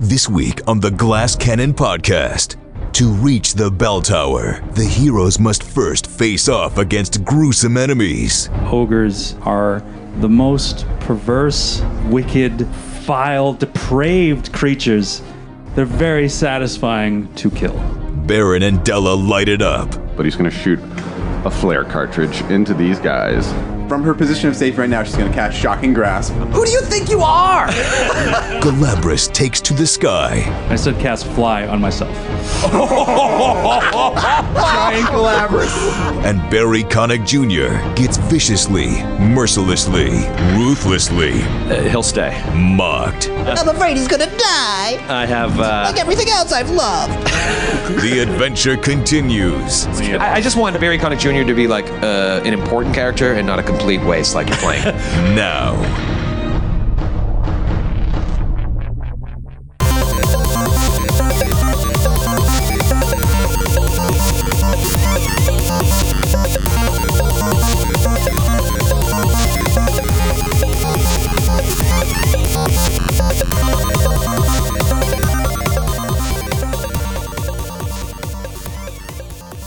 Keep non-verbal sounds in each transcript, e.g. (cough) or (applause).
This week on the Glass Cannon podcast. To reach the bell tower, the heroes must first face off against gruesome enemies. ogres are the most perverse, wicked, vile, depraved creatures. They're very satisfying to kill. Baron and Della light it up. but he's going to shoot a flare cartridge into these guys. From her position of safe right now, she's going to cast Shocking Grasp. Who do you think you are? Galabras takes to the sky. I said cast fly on myself. Giant Galabras. And Barry Connick Jr. gets viciously, mercilessly, ruthlessly Uh, he'll stay. mocked. I'm afraid he's gonna die, Uh-huh. I have. Uh, like everything else I've loved. The adventure continues. I, I just want Barry Connick Jr. to be like uh, an important character and not a complete waste like you're playing. Now. (laughs)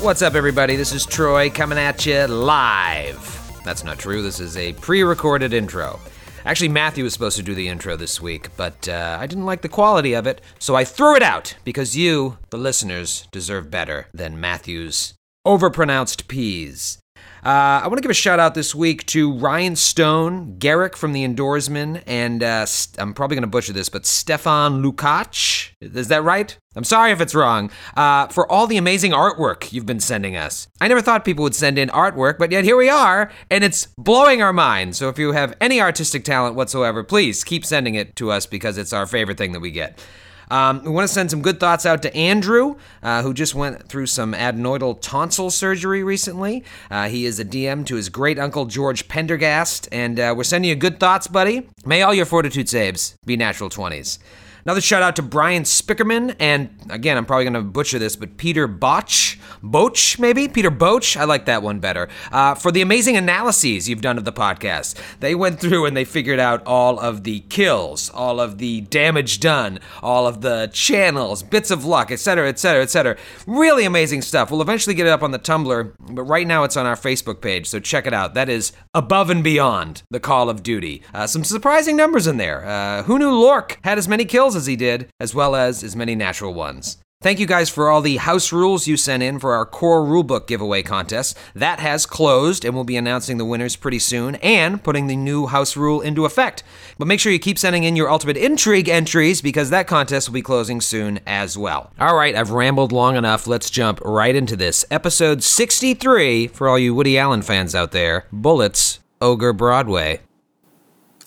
What's up, everybody? This is Troy coming at you live. That's not true. This is a pre recorded intro. Actually, Matthew was supposed to do the intro this week, but uh, I didn't like the quality of it, so I threw it out because you, the listeners, deserve better than Matthew's overpronounced P's. Uh, I want to give a shout out this week to Ryan Stone, Garrick from The Endoorsman, and uh, st- I'm probably going to butcher this, but Stefan Lukacs. Is that right? I'm sorry if it's wrong. Uh, for all the amazing artwork you've been sending us. I never thought people would send in artwork, but yet here we are, and it's blowing our minds. So if you have any artistic talent whatsoever, please keep sending it to us because it's our favorite thing that we get. Um, we want to send some good thoughts out to Andrew, uh, who just went through some adenoidal tonsil surgery recently. Uh, he is a DM to his great uncle George Pendergast, and uh, we're sending you good thoughts, buddy. May all your fortitude saves be natural 20s. Another shout out to Brian Spickerman, and again, I'm probably going to butcher this, but Peter Botch, Boch maybe? Peter Boch, I like that one better, uh, for the amazing analyses you've done of the podcast. They went through and they figured out all of the kills, all of the damage done, all of the channels, bits of luck, etc., etc., etc. Really amazing stuff. We'll eventually get it up on the Tumblr, but right now it's on our Facebook page, so check it out. That is above and beyond the Call of Duty. Uh, some surprising numbers in there. Uh, who knew Lork had as many kills as he did, as well as as many natural ones? Thank you guys for all the house rules you sent in for our core rulebook giveaway contest. That has closed, and we'll be announcing the winners pretty soon and putting the new house rule into effect. But make sure you keep sending in your ultimate intrigue entries because that contest will be closing soon as well. All right, I've rambled long enough. Let's jump right into this. Episode 63 for all you Woody Allen fans out there Bullets, Ogre Broadway.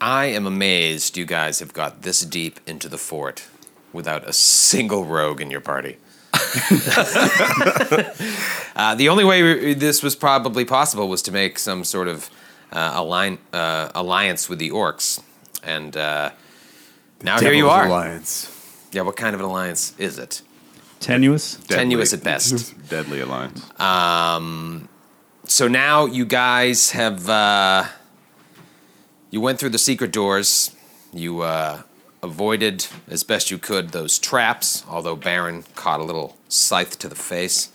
I am amazed you guys have got this deep into the fort without a single rogue in your party. uh, the only way we- this was probably possible was to make some sort of uh, align, uh, alliance with the orcs, and uh, now here you Devil's are. Alliance. Yeah, what kind of an alliance is it? Tenuous? Tenuous at (laughs) best. Deadly alliance. so now you guys have uh, you went through the secret doors you uh, avoided as best you could those traps although baron caught a little scythe to the face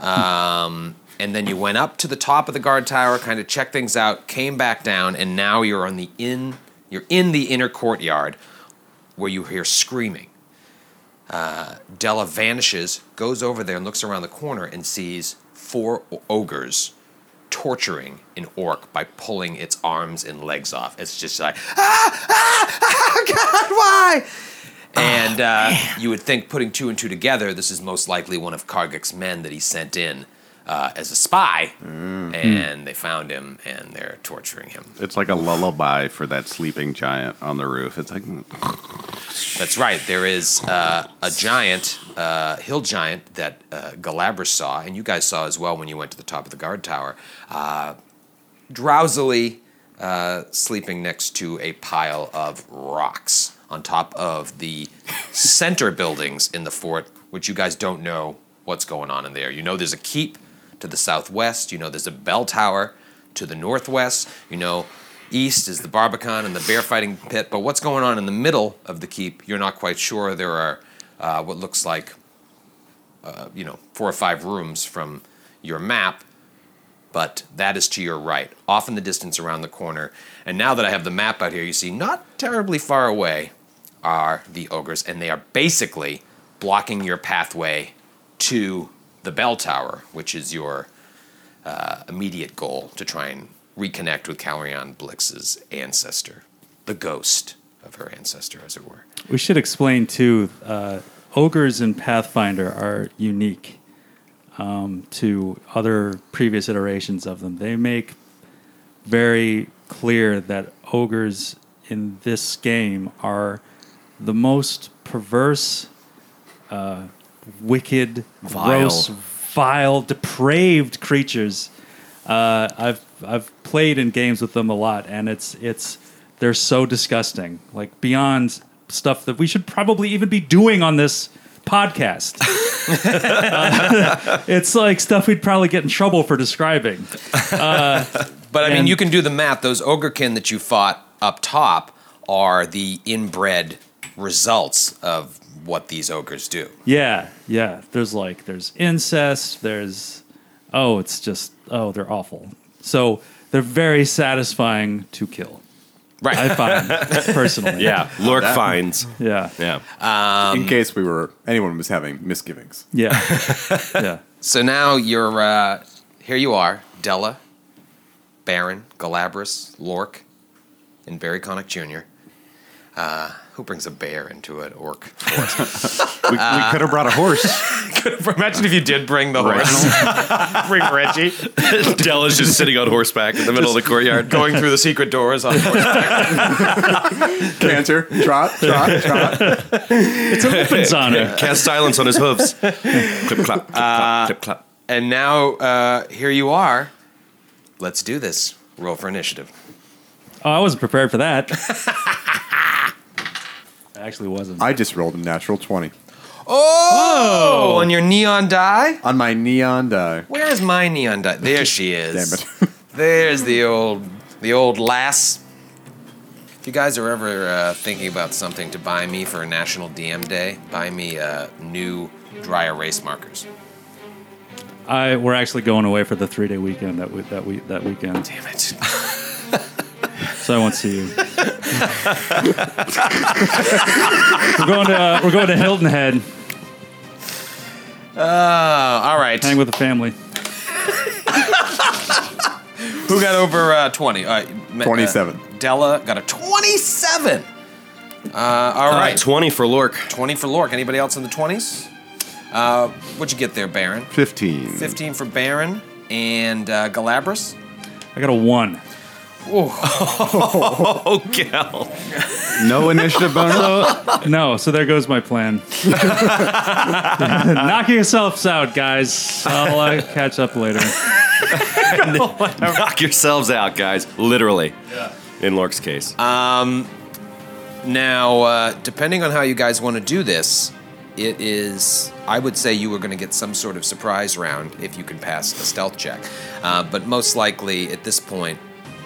um, and then you went up to the top of the guard tower kind of checked things out came back down and now you're on the in you're in the inner courtyard where you hear screaming Della vanishes, goes over there and looks around the corner and sees four o- ogres torturing an orc by pulling its arms and legs off. It's just like, ah, ah, ah, God, why? And uh, you would think putting two and two together, this is most likely one of Kargak's men that he sent in uh, as a spy. And they found him and they're torturing him. It's like a lullaby for that sleeping giant on the roof. It's like That's right. There is uh, a giant, uh, hill giant that uh, Galabras saw, and you guys saw as well when you went to the top of the guard tower, uh, drowsily uh, sleeping next to a pile of rocks on top of the center buildings in the fort, which you guys don't know what's going on in there. You know there's a keep to the southwest. You know there's a bell tower to the northwest. You know East is the Barbican and the bear fighting pit, but what's going on in the middle of the keep, you're not quite sure. There are uh, what looks like, uh, you know, four or five rooms from your map, but that is to your right, off in the distance around the corner. And now that I have the map out here, you see not terribly far away are the ogres, and they are basically blocking your pathway to the bell tower, which is your uh, immediate goal to try and reconnect with Calrion Blix's ancestor, the ghost of her ancestor, as it were. We should explain too. Uh, ogres in Pathfinder are unique um, to other previous iterations of them. They make very clear that ogres in this game are the most perverse, uh, wicked, gross, vile, depraved creatures. Uh, I've I've played in games with them a lot, and it's it's they're so disgusting, like beyond stuff that we should probably even be doing on this podcast. Uh, it's like stuff we'd probably get in trouble for describing. But I mean, And- you can do the math. Those ogrekin that you fought up top are the inbred results of what these ogres do. Yeah, yeah. There's like there's incest. There's oh, it's just oh, they're awful. So they're very satisfying to kill. Right. I find personally. Yeah, Lork finds. yeah, Yeah. in case we were anyone was having (laughs) misgivings. yeah, yeah. So now you're uh, here. You are Della, Baron, Galabras, Lork, and Barry Connick Jr. Uh, who brings a bear into an orc? We, Ah. we could have brought a horse. (laughs) Imagine if you did bring the horse. (laughs) Bring Reggie. Dell is just sitting on horseback in the middle of the courtyard. Going through the secret doors on (laughs) Canter, trot, trot, trot. It's an opens on it. Cast silence on (laughs) his hooves. clip clap, clip clap, clip clap. Uh, And now uh, here you are. Let's do this. Roll for initiative. Oh, I wasn't prepared for that. I actually wasn't. (laughs) I just rolled a natural twenty Oh! On your neon die? on my neon uh, die. Where is my neon die? (laughs) There she is. Damn it. There's the old, the old lass. If you guys are ever uh, thinking about something to buy me for a National DM Day, buy me uh, new dry erase markers. I we're actually going away for the three day weekend that we, that we that weekend. Damn it! so I won't see you. we're going to uh, we're going to Hilton Head. (laughs) Oh, all right. Hang with the family. Who got over uh, 20? Uh, me- uh, 27. Della got a 27. Uh, all All right, right. 20 for Lork. 20 for Lork. Anybody else in the 20s? Uh, what'd you get there, Baron? 15. 15 for Baron and uh, Galabras. I got a one. Oh, gal. No initiative bonus? No, so there goes my plan. (laughs) Knock yourselves out, guys. I'll uh, catch up later. Knock yourselves out, guys. Literally. In Lork's case. Now, uh, depending on how you guys want to do this, it is. I would say you were going to get some sort of surprise round if you can pass a stealth check. Uh, but most likely at this point,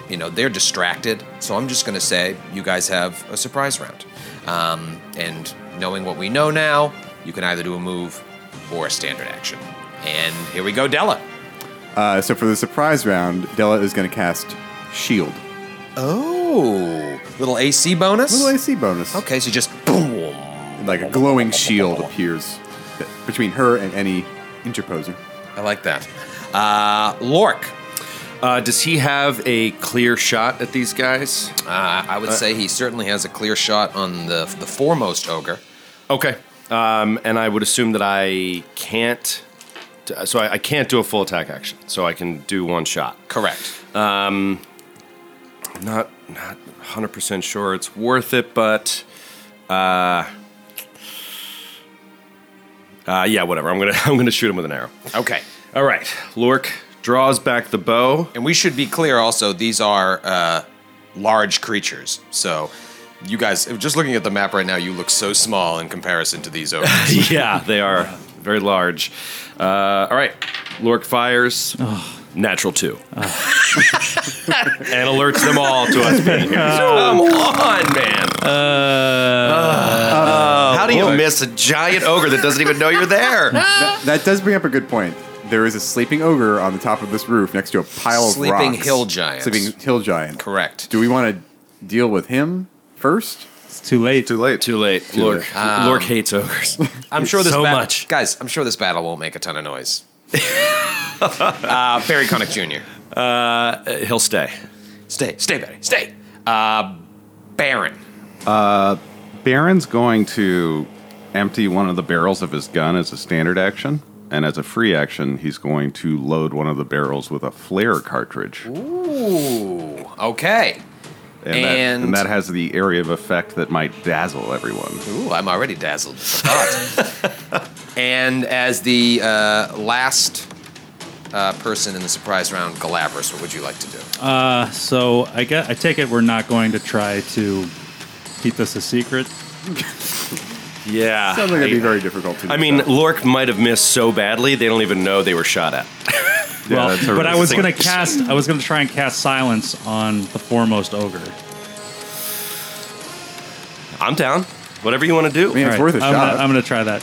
you know, they're distracted. So I'm just going to say you guys have a surprise round. Um, and knowing what we know now, you can either do a move or a standard action. And here we go, Della. (laughs) Uh, so for the surprise round, Della is going to cast Shield. Oh, little AC bonus? Little AC bonus. Okay, so just boom. Like a glowing shield appears th- between her and any interposer. I like that. Uh, Lork. Uh, does he have a clear shot at these guys? Uh, I would say he certainly has a clear shot on the the foremost ogre. Okay. Um, and I would assume that I can't. t- So I, I can't do a full attack action. So I can do one shot. Um, Correct. Not not 100% sure it's worth it, but uh, uh, yeah, whatever. I'm gonna (laughs) I'm gonna shoot him with an arrow. Okay. All right. Lork draws back the bow. And we should be clear also, these are uh, large creatures. So you guys, just looking at the map right now, you look so small in comparison to these ogres. (laughs) yeah, they are very large. Uh, all right. Lork fires. Natural two. (laughs) and alerts them all to us being (laughs) here. Come on, man. (laughs) How do you miss a giant ogre that doesn't even know you're there? That, that does bring up a good point. There is a sleeping ogre on the top of this roof next to a pile of Sleeping rocks. hill giant. Sleeping hill giant. (laughs) Correct. Do we want to deal with him first? It's too late. Too late. Too late. Lork, Lork hates (laughs) ogres. I'm sure this so bat- much. guys. I'm sure this battle won't make a ton (laughs) of noise. uh, Barry Connick Jr. uh, He'll stay. Stay, stay, Barry, stay. Uh, Baron. Baron's going to empty one of the barrels of his gun as a standard action, and as a free action, he's going to load one of the barrels with a flare cartridge, and, Ooh, okay. that, And- and that has the area of effect that might dazzle everyone. Ooh, I'm already dazzled. I forgot. and as the uh, last uh, person in the surprise round, Galabras, what would you like to do? So I get, I take it we're not going to try to keep this a secret. Yeah. Sounds like I, that'd Ah, be very difficult to do. I mean, Lork might have missed so badly they don't even know they were shot at. well, that's a but I risk. was going to cast. I was going to try and cast silence on the foremost ogre. I'm down. Whatever you want to I mean, do. it's All worth a I'm shot. Gonna, I'm going to try that.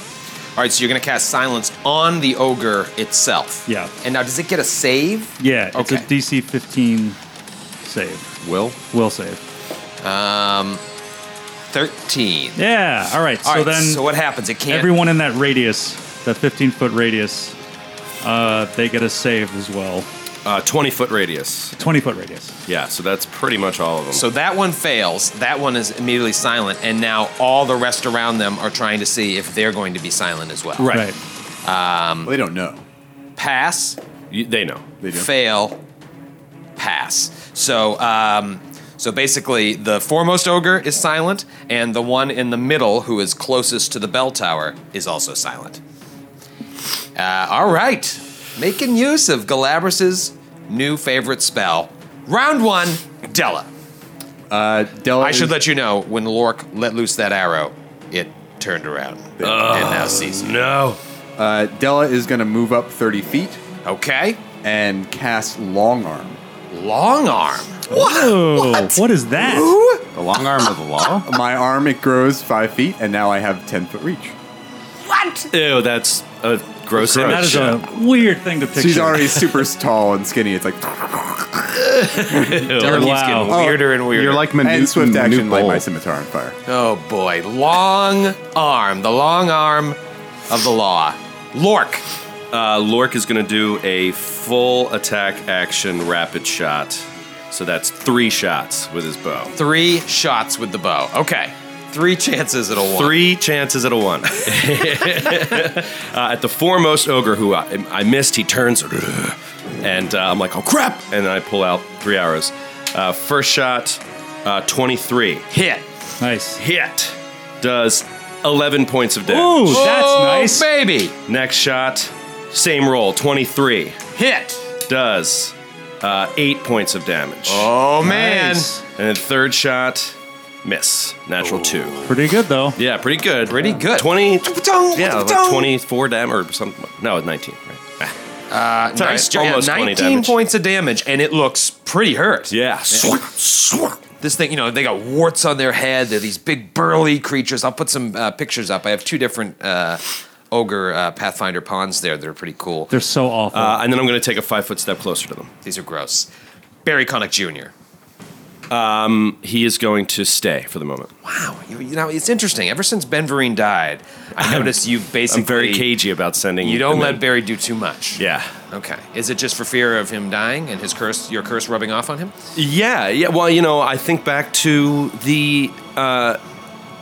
All right, so you're going to cast Silence on the ogre itself. Yeah. And now, does it get a save? Yeah, it's Okay. a DC 15 save. Will Will save. 13. Yeah. All right. All so right, then so what happens? It can't. everyone in that radius, that 15 foot radius, uh, they get a save as well. Uh, 20 foot radius. 20 foot radius. Yeah, so that's pretty much all of them. So that one fails. That one is immediately silent, and now all the rest around them are trying to see if they're going to be silent as well. Right. Right. Well, they don't know. Pass, You- they know. They do. fail, pass. So, um, so basically, the foremost ogre is silent, and the one in the middle, who is closest to the bell tower, is also silent. Uh, all right, making use of Galabras's new favorite spell. Round one, Della. Uh, Della I should is- let you know when Lork let loose that arrow, it turned around and now sees you. No. uh, Della is going to move up 30 feet Okay, and cast long arm. long arm. Whoa. Oh, what is that? the long arm of the law? My arm it grows five feet, and now I have 10 foot reach. Ew, that's a gross image. That is a weird thing to picture. She's already super tall and skinny. It's like Della keeps getting Wow. weirder and weirder. You're like Manute, and swift action light Manute my Bol. scimitar on fire. Oh boy, long arm, the long arm of the law. Lork. Uh, Lork is going to do a full attack action rapid shot. So that's three shots with his bow. Three shots with the bow. Okay. Three chances at a one. Three chances at a one. uh, at the foremost ogre who I, I missed, he turns and uh, I'm like, oh crap! And then I pull out three arrows. Uh, first shot, uh, 23. Hit. nice. Hit does 11 points of damage. Ooh, that's oh, nice. baby. Next shot, same roll, 23. Hit. Does uh, 8 points of damage. Oh man. Nice. And then third shot, miss. Natural 2. Pretty good though. Yeah, pretty good. Pretty good. 20, yeah, Yeah, like 24 damage or something. No, 19, right? nice job. almost 20 19 damage. points of damage, and it looks pretty hurt. Yeah. This thing, you know, they got warts on their head. They're these big burly creatures. I'll put some uh, pictures up. I have two different uh, ogre uh, Pathfinder pawns there that are pretty cool. They're so awful. Uh, and then I'm going to take a five foot step closer to them. These are gross. Barry Connick Jr. He is going to stay for the moment. Wow, you, you know it's interesting. Ever since Ben Vereen died, I noticed you basically I'm very cagey about sending. You don't them let in. Barry do too much. Yeah. Okay. Is it just for fear of him dying and his curse, your curse rubbing off (laughs) on him? Yeah. Yeah. Well, you know, I think back to the uh,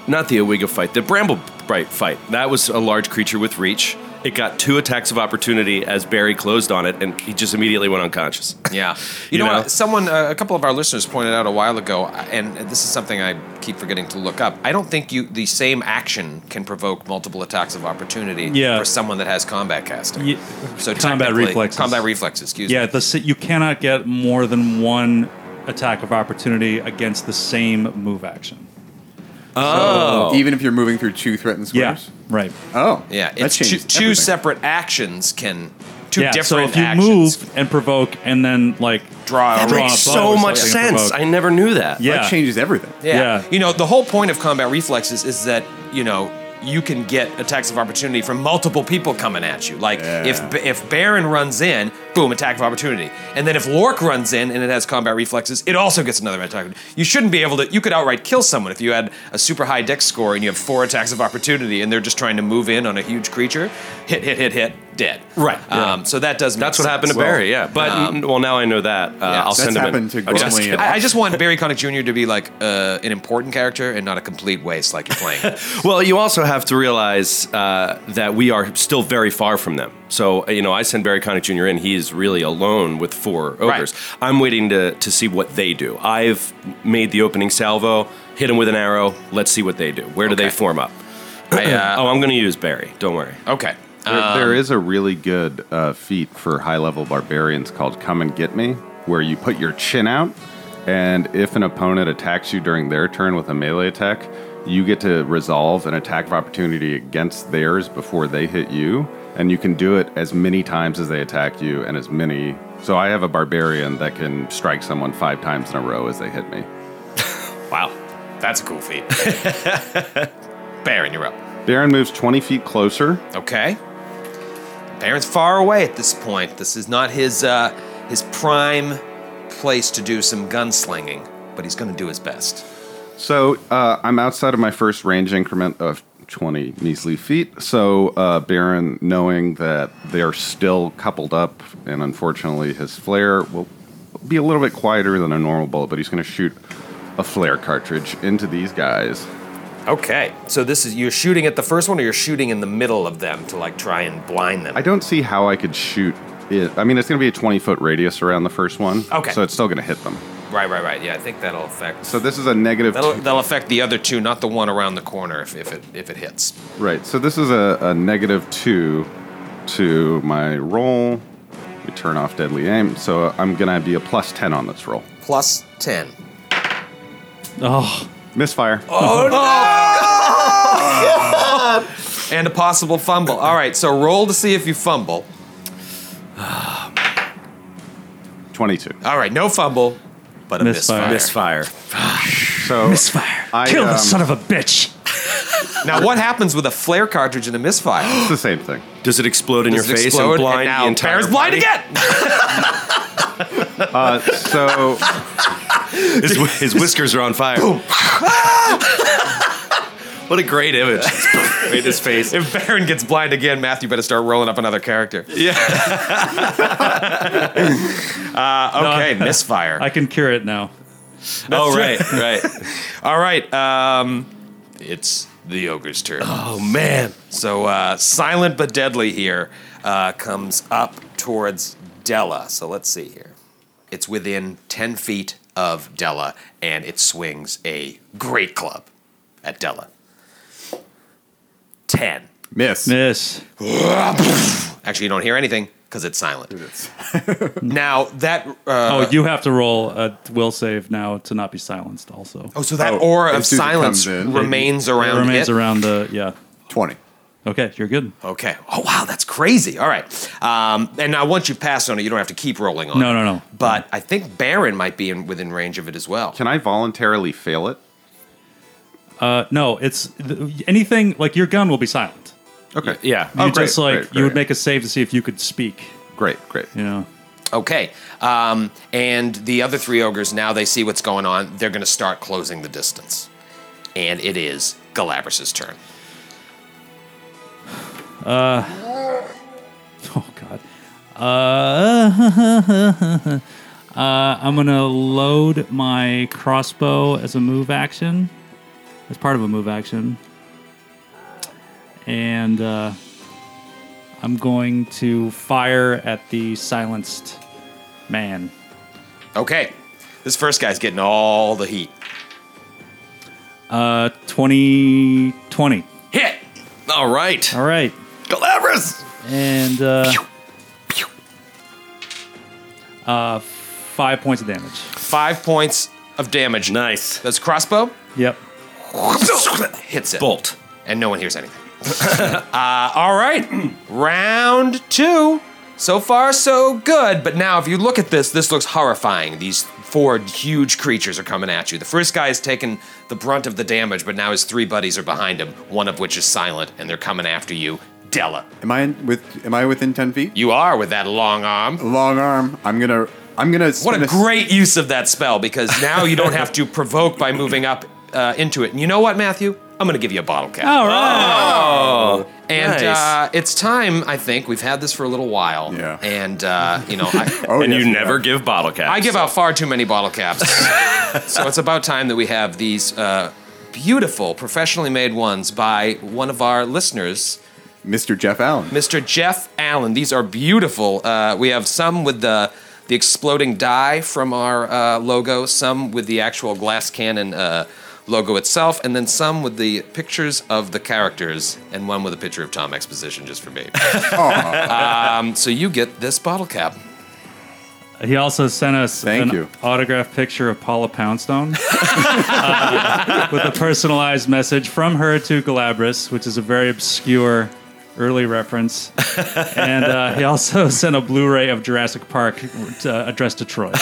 not the Owiga fight, the Bramble Bright fight. That was a large creature with reach. It got two attacks of opportunity as Barry closed on it, and he just immediately went unconscious. Yeah. You, You know, know? what? Someone, uh, a couple of our listeners pointed out a while ago, and this is something I keep forgetting to look up. I don't think you the same action can provoke multiple attacks of opportunity Yeah. for someone that has combat casting. Ye- So combat technically- reflexes. Combat reflexes. Excuse yeah, me. the, si- you cannot get more than one attack of opportunity against the same move action. Oh. Even if you're moving through two threatened Yeah. squares. Right. Oh, Yeah. that It's two, changed two everything. separate actions can two yeah, so different if you actions. move and provoke and then like draw a Draw a That bow makes or so something and much sense. provoke. I never knew that. yeah, That changes everything. Yeah. Yeah. You know, the whole point of combat reflexes is that, you know, you can get attacks of opportunity from multiple people coming at you. Like if if Baron runs in, boom, attack of opportunity. And then if Lork runs in and it has combat reflexes, it also gets another attack. You shouldn't be able to. You could outright kill someone if you had a super high dex score and you have four attacks of opportunity and they're just trying to move in on a huge creature, hit, hit, hit, hit, dead. Right. Um, so that does. Make That's what happened to sense. Barry. Yeah, but Um, well, now I know that. Uh, I'll That's send him. happened to an, a desk. Gormley and- I, I just want Barry Connick Jr. to be like uh, an important character and not a complete waste like you're (laughs) playing. Well, you also have to realize uh, that we are still very far from them. So, uh, you know, I send Barry Connick Jr. in. He's really alone with four ogres. I'm waiting to, to see what they do. I've made the opening salvo, hit him with an arrow. Let's see what they do. Where do they Okay. form up? I, uh, oh, I'm going to use Barry. Don't worry. okay. There, Um, there is a really good uh, feat for high level barbarians called Come and Get Me, where you put your chin out, and if an opponent attacks you during their turn with a melee attack, you get to resolve an attack of opportunity against theirs before they hit you, and you can do it as many times as they attack you and as many. So I have a barbarian that can strike someone five times in a row as they hit me. wow, that's a cool (laughs) feat. Baron, you're up. Baron moves 20 feet closer. Okay. Baron's far away at this point. This is not his uh, his prime place to do some gunslinging, but he's going to do his best. So uh, I'm outside of my first range increment of 20 measly feet. So uh, Baron, knowing that they're still coupled up, and unfortunately his flare will be a little bit quieter than a normal bullet, but he's going to shoot a flare cartridge into these guys. Okay. So this is you're shooting at the first one, or you're shooting in the middle of them to like try and blind them. I don't see how I could shoot it. I mean, it's going to be a 20 foot radius around the first one. Okay. So it's still going to hit them. right, right, right. Yeah, I think that'll affect. So this is a negative That'll, that'll affect the other two, not the one around the corner if, if it if it hits. Right. So this is a, a negative two to my roll. We turn off deadly aim. So I'm gonna be a plus ten on this roll. Plus ten. Oh, Misfire. And a possible fumble. All right, so roll to see if you fumble. Twenty-two. All right, no fumble, but a misfire. Misfire. Misfire. (laughs) So fire! I, Kill the um, son of a bitch! Now, what happens with a flare cartridge and a misfire? it's the same thing. Does it explode in Does (gasps) your it face explode? and blind now the entire Bear's blind body? again. Uh, so His, his whiskers are on fire. (laughs) what a (laughs) great image. Made his face. if Baron gets blind again, Matthew better start rolling up another character. Yeah. (laughs) uh, okay, misfire. I can cure it now. oh, right, (laughs) right. All right, um, it's the ogre's turn. Oh, man. So uh, silent but deadly here uh, comes up towards Della. So let's see here. It's within 10 feet of Della, and it swings a great club at Della. 10. Miss. Miss. Actually, you don't hear anything because it's silent. (laughs) now, that. Uh, oh, you have to roll a will save now to not be silenced. Also, oh, so that Oh, aura as of soon as it silence comes in, remains around it remains it. around the yeah. Twenty. Okay, you're good. Okay. Oh wow, that's crazy. All right. Um, and now once you've passed on it, you don't have to keep rolling on. No, it. no, no. But I think Baron might be in, within range of it as well. can I voluntarily fail it? Uh, no, it's th- anything like your gun will be silent. Okay. Yeah. You Oh, great, just like great, you would great. make a save to see if you could speak. Great. Great. You know. Okay. Um, and the other three ogres now they see what's going on. They're going to start closing the distance, and it is Galabras's turn. (laughs) Oh God. Uh, (laughs) uh, I'm gonna load my crossbow as a move action, as part of a move action, and uh, I'm going to fire at the silenced man. Okay. This first guy's getting all the heat. Uh, 20, 20. Hit. All right. All right, Galabras! and uh, uh, five points of damage. Five points of damage. Nice. That's crossbow. Yep. Hits it. Bolt. and no one hears anything. uh, all right, round (clears throat) two. So far, so good. But now, if you look at this, this looks horrifying. These four huge creatures are coming at you. The first guy has taken the brunt of the damage, but now his three buddies are behind him, one of which is silent, and they're coming after you. Della. Am I in, with? Am I within ten feet? You are with that long arm. Long arm. I'm gonna. I'm gonna. What a great use of that spell because now you don't have to provoke by moving up uh, into it. And you know what, Matthew? I'm going to give you a bottle cap. All right. Oh, and nice. uh, it's time. I think we've had this for a little while. Yeah. And uh, you know, I, (laughs) Oh, and yes, you we never are. give bottle caps. I give out far too many bottle caps. so it's about time that we have these uh, beautiful, professionally made ones by one of our listeners, Mr. Jeff Allen. Mr. Jeff Allen. These are beautiful. Uh, we have some with the the exploding die from our uh, logo, some with the actual glass cannon uh, logo itself, and then some with the pictures of the characters, and one with a picture of Tom Exposition just for (laughs) me. um, so you get this bottle cap. He also sent us Thank an you. autographed picture of Paula Poundstone (laughs) uh, with a personalized message from her to Galabras, which is a very obscure early reference. and uh, he also (laughs) sent a Blu-ray of Jurassic Park uh, addressed to Troy.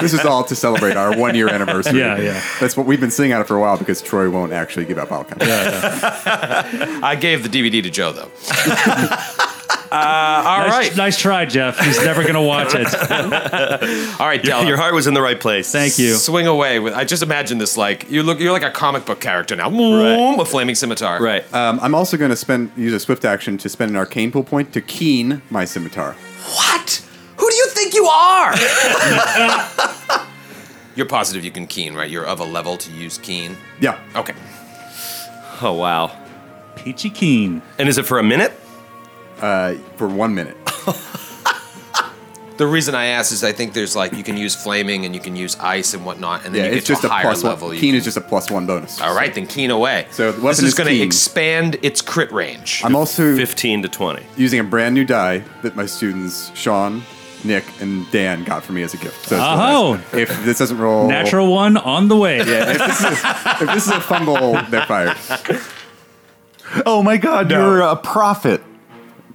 This is all to celebrate our one year anniversary. Yeah, yeah. That's what we've been sitting on it for a while because Troy won't actually give up bottle caps. I gave the DVD to Joe (laughs) though. uh, all nice, right, nice try, Jeff. He's never going to watch it. all right, Della. Your heart was in the right place. Thank you. Swing away with. I just imagine this like you look. You're like a comic book character now. A flaming scimitar. Right. Um, I'm also going to spend use a swift action to spend an arcane pool point to keen my scimitar. What? Who do you think you are? You're positive you can keen, right? You're of a level to use keen. Yeah. Okay. Oh wow. Peachy Keen. And is it for a minute? Uh, for one minute. The reason I asked is I think there's like you can use flaming and you can use ice and whatnot, and then Yeah, you it's get just to a a higher plus level. one. you Keen can- is just a plus one bonus. all right, then keen away. So the this weapon is, is going to keen. expand its crit range. I'm also Fifteen to twenty. using a brand new die that my students Sean, Nick, and Dan got for me as a gift. So it's really Oh. nice. if this doesn't roll Natural one on the way. Oh. Yeah, (laughs) if this is if this is a fumble, they're fired. Oh my god, you're a prophet.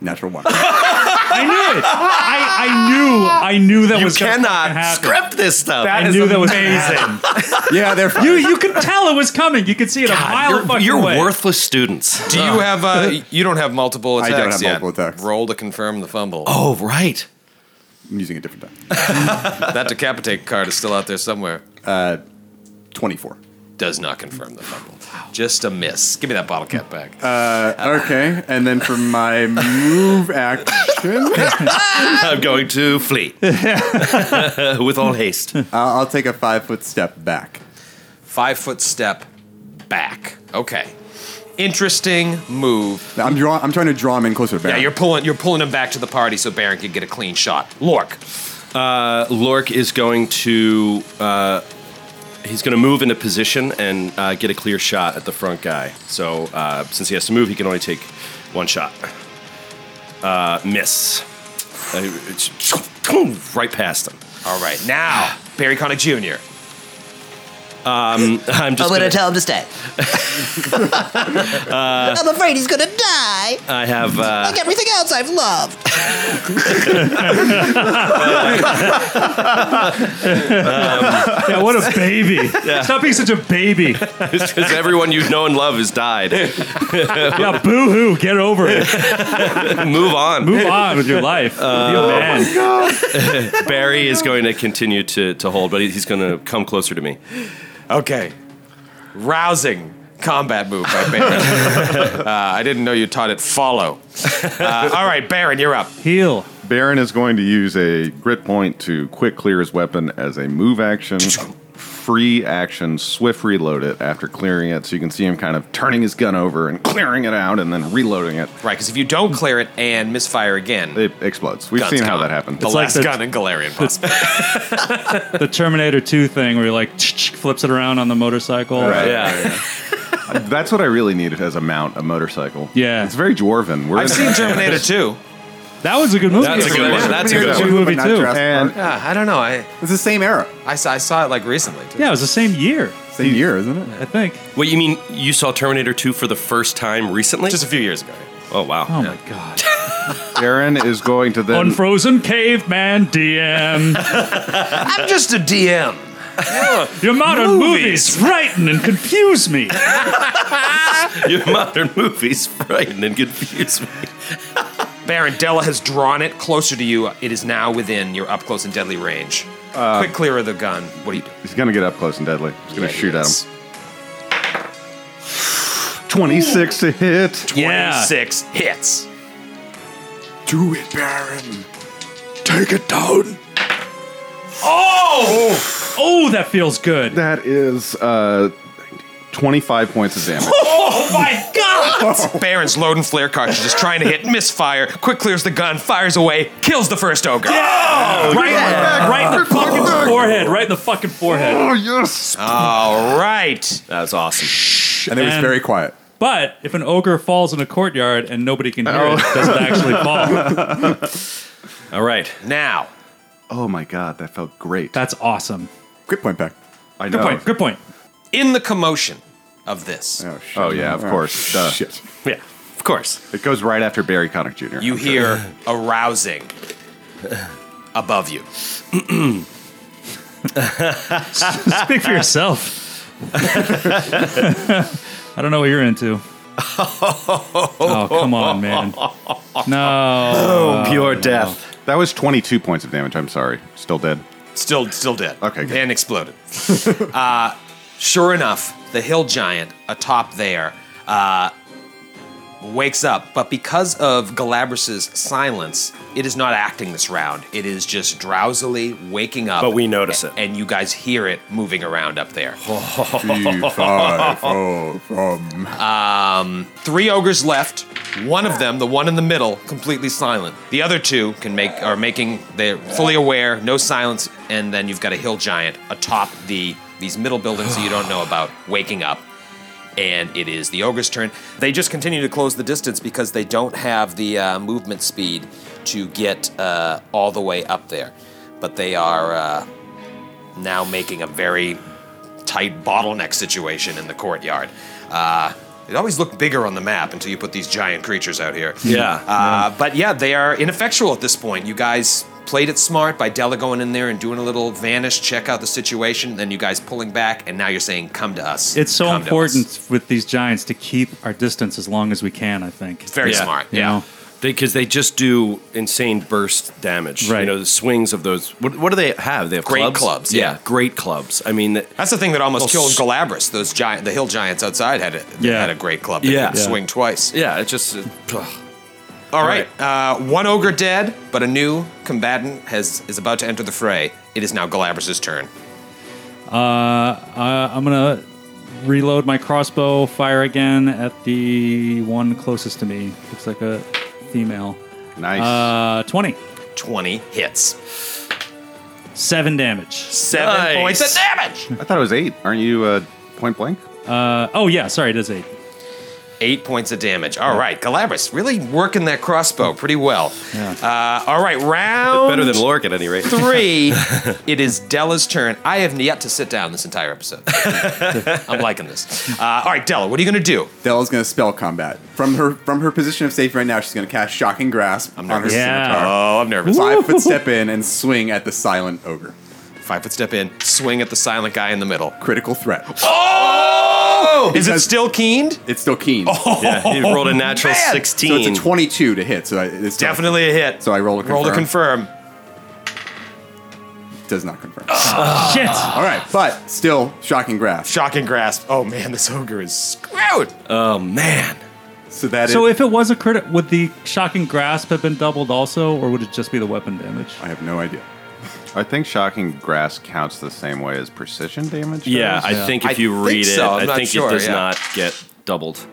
Natural one. (laughs) I knew it. I, I knew. I knew that You was gonna fucking cannot happen. script this stuff. I is knew that was amazing. amazing. yeah, they're fired. You you could tell it was coming. You could see it a mile You're, fucking you're away. worthless students. do you have? Uh, you don't have multiple (laughs) I attacks don't have yet. multiple attacks. Roll to confirm the fumble. Oh right. I'm using a different die. That decapitate card is still out there somewhere. Twenty four. Does not confirm the fumble. Just a miss. Give me that bottle cap back. Uh, Okay, and then for my move action, (laughs) I'm going to flee (laughs) with all haste. I'll, I'll take a five foot step back. Five foot step back. Okay. Interesting move. Now, I'm draw- I'm trying to draw him in closer to Yeah, Baron. you're pulling you're pulling him back to the party so Baron can get a clean shot. Lork. Uh, Lork is going to uh, he's going to move into position and uh, get a clear shot at the front guy. So uh, since he has to move, he can only take one shot. Uh, miss. Uh, it's- right past him. All right. Now, Barry Connick Jr. I'm I'm just. gonna Gonna, tell him to stay. I'm afraid he's gonna die. I have. Uh, (laughs) Like everything else I've loved. Yeah, what a (laughs) baby. Stop being such a baby. because everyone you know and love has died. Yeah, boo hoo. Get over it. Move (laughs) on. Move on with your life. Uh, Be oh a man. Barry is going to continue to, to hold, but he's going to come closer to me. Okay. Rousing combat move by Baron. (laughs) uh, I didn't know you taught it follow. Uh, all right, Baron, you're up. Heal. Baron is going to use a grit point to quick clear his weapon as a move action, free action, swift reload it after clearing it. So you can see him kind of turning his gun over and clearing it out and then reloading it. Right, because if you don't clear it and misfire again, It explodes. We've gun's seen how gone. that happened. The like last the- gun in Galarian Possible. The Terminator 2 thing where you like flips it around on the motorcycle. Yeah. (laughs) That's what I really needed as a mount, a motorcycle. Yeah. It's very dwarven. We're in- I've seen Terminator (laughs) 2. That was a good movie. That's a good one. That's a It good was one. movie But not too. (laughs) Jurassic And Park. Yeah, I don't know. I, It's the same era, I, saw, I saw it like recently. Too. Yeah, it was the same year, same year, isn't it? I think. What you mean? You saw Terminator 2 for the first time recently? Just a few years ago. oh wow. Oh my god. Darren is going to then. Unfrozen caveman DM. I'm just a DM. Your modern movies, frighten and confuse me. Your modern movies frighten and confuse me. Baron, Della has drawn it closer to you. It is now within your up close and deadly range. Uh, Quick clear of the gun. What do you do? He's going to get up close and deadly. He's going to shoot at Yes. him. 26 to hit. Yeah. 26 hits. Do it, Baron. Take it down. Oh, that feels good. That is uh, 25 points of damage. Oh my god! Oh. Baron's loading flare cartridges, trying to (laughs) hit, misfire. Quick clears the gun, fires away, kills the first ogre. Oh, right, right in the fucking forehead. Right in the fucking forehead. oh, yes. All right. That was awesome. And it was And- very quiet. But if an ogre falls in a courtyard and nobody can hear it, it doesn't (laughs) actually fall. All right. Now, Oh, my God. That felt great. That's awesome. Quick point back. I Good know. point. Good point. in the commotion of this, Oh, shit. Oh, yeah, of course. Duh. Shit. Yeah, of course. It goes right after Barry Connick Jr. you (laughs) hear a rousing above you. Speak for yourself. (laughs) I don't know what you're (laughs) into. Oh, come on, man. No. Oh, Pure death. That was 22 points of damage. I'm sorry. Still dead. Still, still dead. Okay, good. And exploded. (laughs) uh, sure enough, the hill giant atop there uh, wakes up, but because of Galabras's silence, it is not acting this round. It is just drowsily waking up. Uh, But we notice it. and you guys hear it moving around up there. Three, five, oh, um. Three ogres left. One of them, the one in the middle, completely silent. The other two can make are making they're fully aware, no silence, and then you've got a hill giant atop the these middle buildings that you don't know about, waking up. And it is the ogre's turn. They just continue to close the distance because they don't have the uh, movement speed to get uh, all the way up there. But they are uh, now making a very tight bottleneck situation in the courtyard. Uh, it always looked bigger on the map until you put these giant creatures out here. Yeah. Uh, But yeah, they are ineffectual at this point. You guys played it smart by Della going in there and doing a little vanish, check out the situation, then you guys pulling back, and now you're saying, come to us. It's so Come to us." important with these giants to keep our distance as long as we can, I think. Very Yeah. smart. You know? Because they just do insane burst damage. You Right. know, the swings of those. What, what do they have? They have Great clubs. clubs, yeah. great clubs. I mean, that- That's the thing that almost Those- killed Galabras. Those giant, the hill giants outside had a, Yeah. had a great club. They Yeah. could Yeah. swing twice. yeah, it's just. Uh, All right. Uh, one ogre dead, but a new combatant has is about to enter the fray. It is now Galabras' turn. Uh, I'm gonna reload my crossbow, fire again at the one closest to me. Looks like a female. Nice. Uh, 20. 20 hits. Seven damage. Seven Nice. points of damage. (laughs) I thought it was eight. Aren't you uh, point blank? Uh, oh, yeah, sorry, it is eight. Eight points of damage. All right, Galabras really working that crossbow pretty well. Uh, all right, round better than Lork at any rate. three. (laughs) it is Della's turn. I have yet to sit down this entire (laughs) episode. I'm liking this. Uh, all right, Della, what are you going to do? Della's gonna spell combat from her from her position of safety right now. She's gonna cast shocking grasp on her nervous. Yeah. scimitar, Oh, I'm nervous. five foot step in, and swing at the silent ogre. Five foot step in, swing at the silent guy in the middle. (gasps) Critical threat. Oh! Is it Because- still keened? Oh, It's still keen, Oh. yeah, he rolled a natural man. So it's a 16. so it's a twenty-two to hit. So I- it's still- Definitely a hit. So I roll to Roll to confirm. Does not confirm. Shit! All right, but still shocking grasp. Shocking grasp. Oh man, this ogre is screwed. oh, man. so that is So if it was a crit, would the shocking grasp have been doubled also, or would it just be the weapon damage? I have no idea. I think shocking grass counts the same way as precision damage. Yeah, does. I think I if you think read so, I'm it, not I think sure, it does yeah. not get doubled.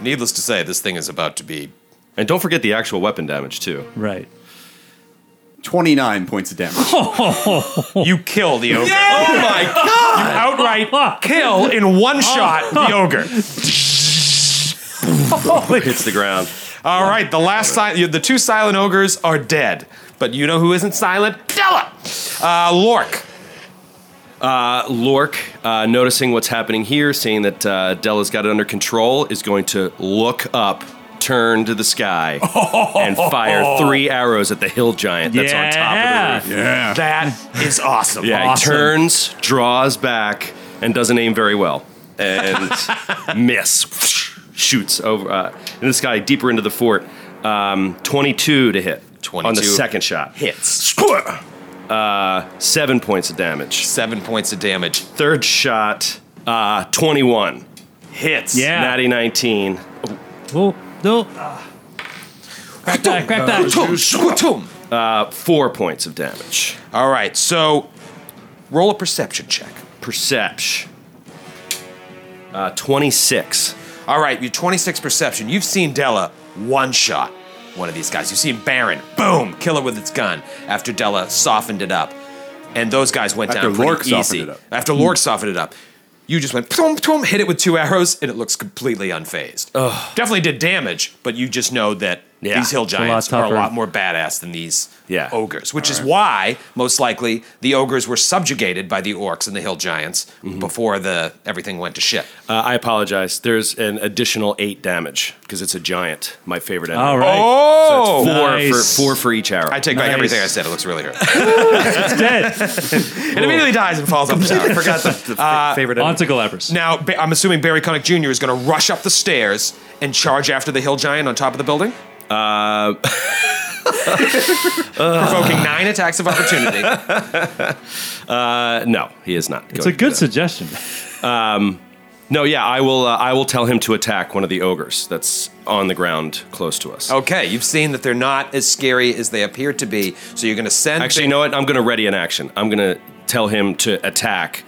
Needless to say, this thing is about to be. And don't forget the actual weapon damage, too. Right. Twenty-nine points (laughs) of damage. Oh, You kill the ogre. Oh, my God. Outright Kill in one shot the ogre. (laughs) Hits the ground. All right, the last si- the two silent ogres are dead. But you know who isn't silent? Della. Uh, Lork. Lork, uh, noticing what's happening here, seeing that uh, Della's got it under control, is going to look up turn to the sky and fire three arrows at the hill giant that's on top of the roof. That is awesome. Yeah, he awesome. turns, draws back, and doesn't aim very well, and miss. Shoots over uh, in the sky deeper into the fort. Um, Twenty-two to hit on the 22. second shot. Hits. Uh, seven points of damage. Seven points of damage. Third shot. Uh, Twenty-one hits. Yeah. Natty nineteen. Well, no. ah. Crack that, crack that. Uh, four points of damage. All right, so roll a perception check. Perception. Uh, Twenty-six. All right, your 26 perception. You've seen Della one shot one of these guys. You've seen Baron, boom, kill her with its gun after Della softened it up. And those guys went After down pretty Lork easy. softened it up. After Lork softened it up. You just went ptoom, ptoom, hit it with two arrows, and it looks completely unfazed. Definitely did damage, but you just know that Yeah, these hill it's a lot giants are a tougher. lot more badass than these Yeah. ogres, which is why, most likely, the ogres were subjugated by the orcs and the hill giants Mm-hmm. before the everything went to shit. Uh, I apologize. There's an additional eight damage because it's a giant. My favorite enemy. All right. Oh! So it's four Nice. for four for each arrow. I take back Nice. everything I said. It looks really (laughs) hurt. Dead. It immediately dies and falls off the tower. Forgot (laughs) that. favorite On to Galapagos. Now, Ba- I'm assuming Barry Connick Jr. is going to rush up the stairs and charge after the hill giant on top of the building? (laughs) Uh, (laughs) provoking nine attacks of opportunity. Uh, no, he is not. It's a good suggestion. No, yeah, I will. Uh, I will tell him to attack one of the ogres that's on the ground close to us. Okay, you've seen that they're not as scary as they appear to be, so you're going to send. Actually, you know what? I'm going to ready an action. I'm going to tell him to attack,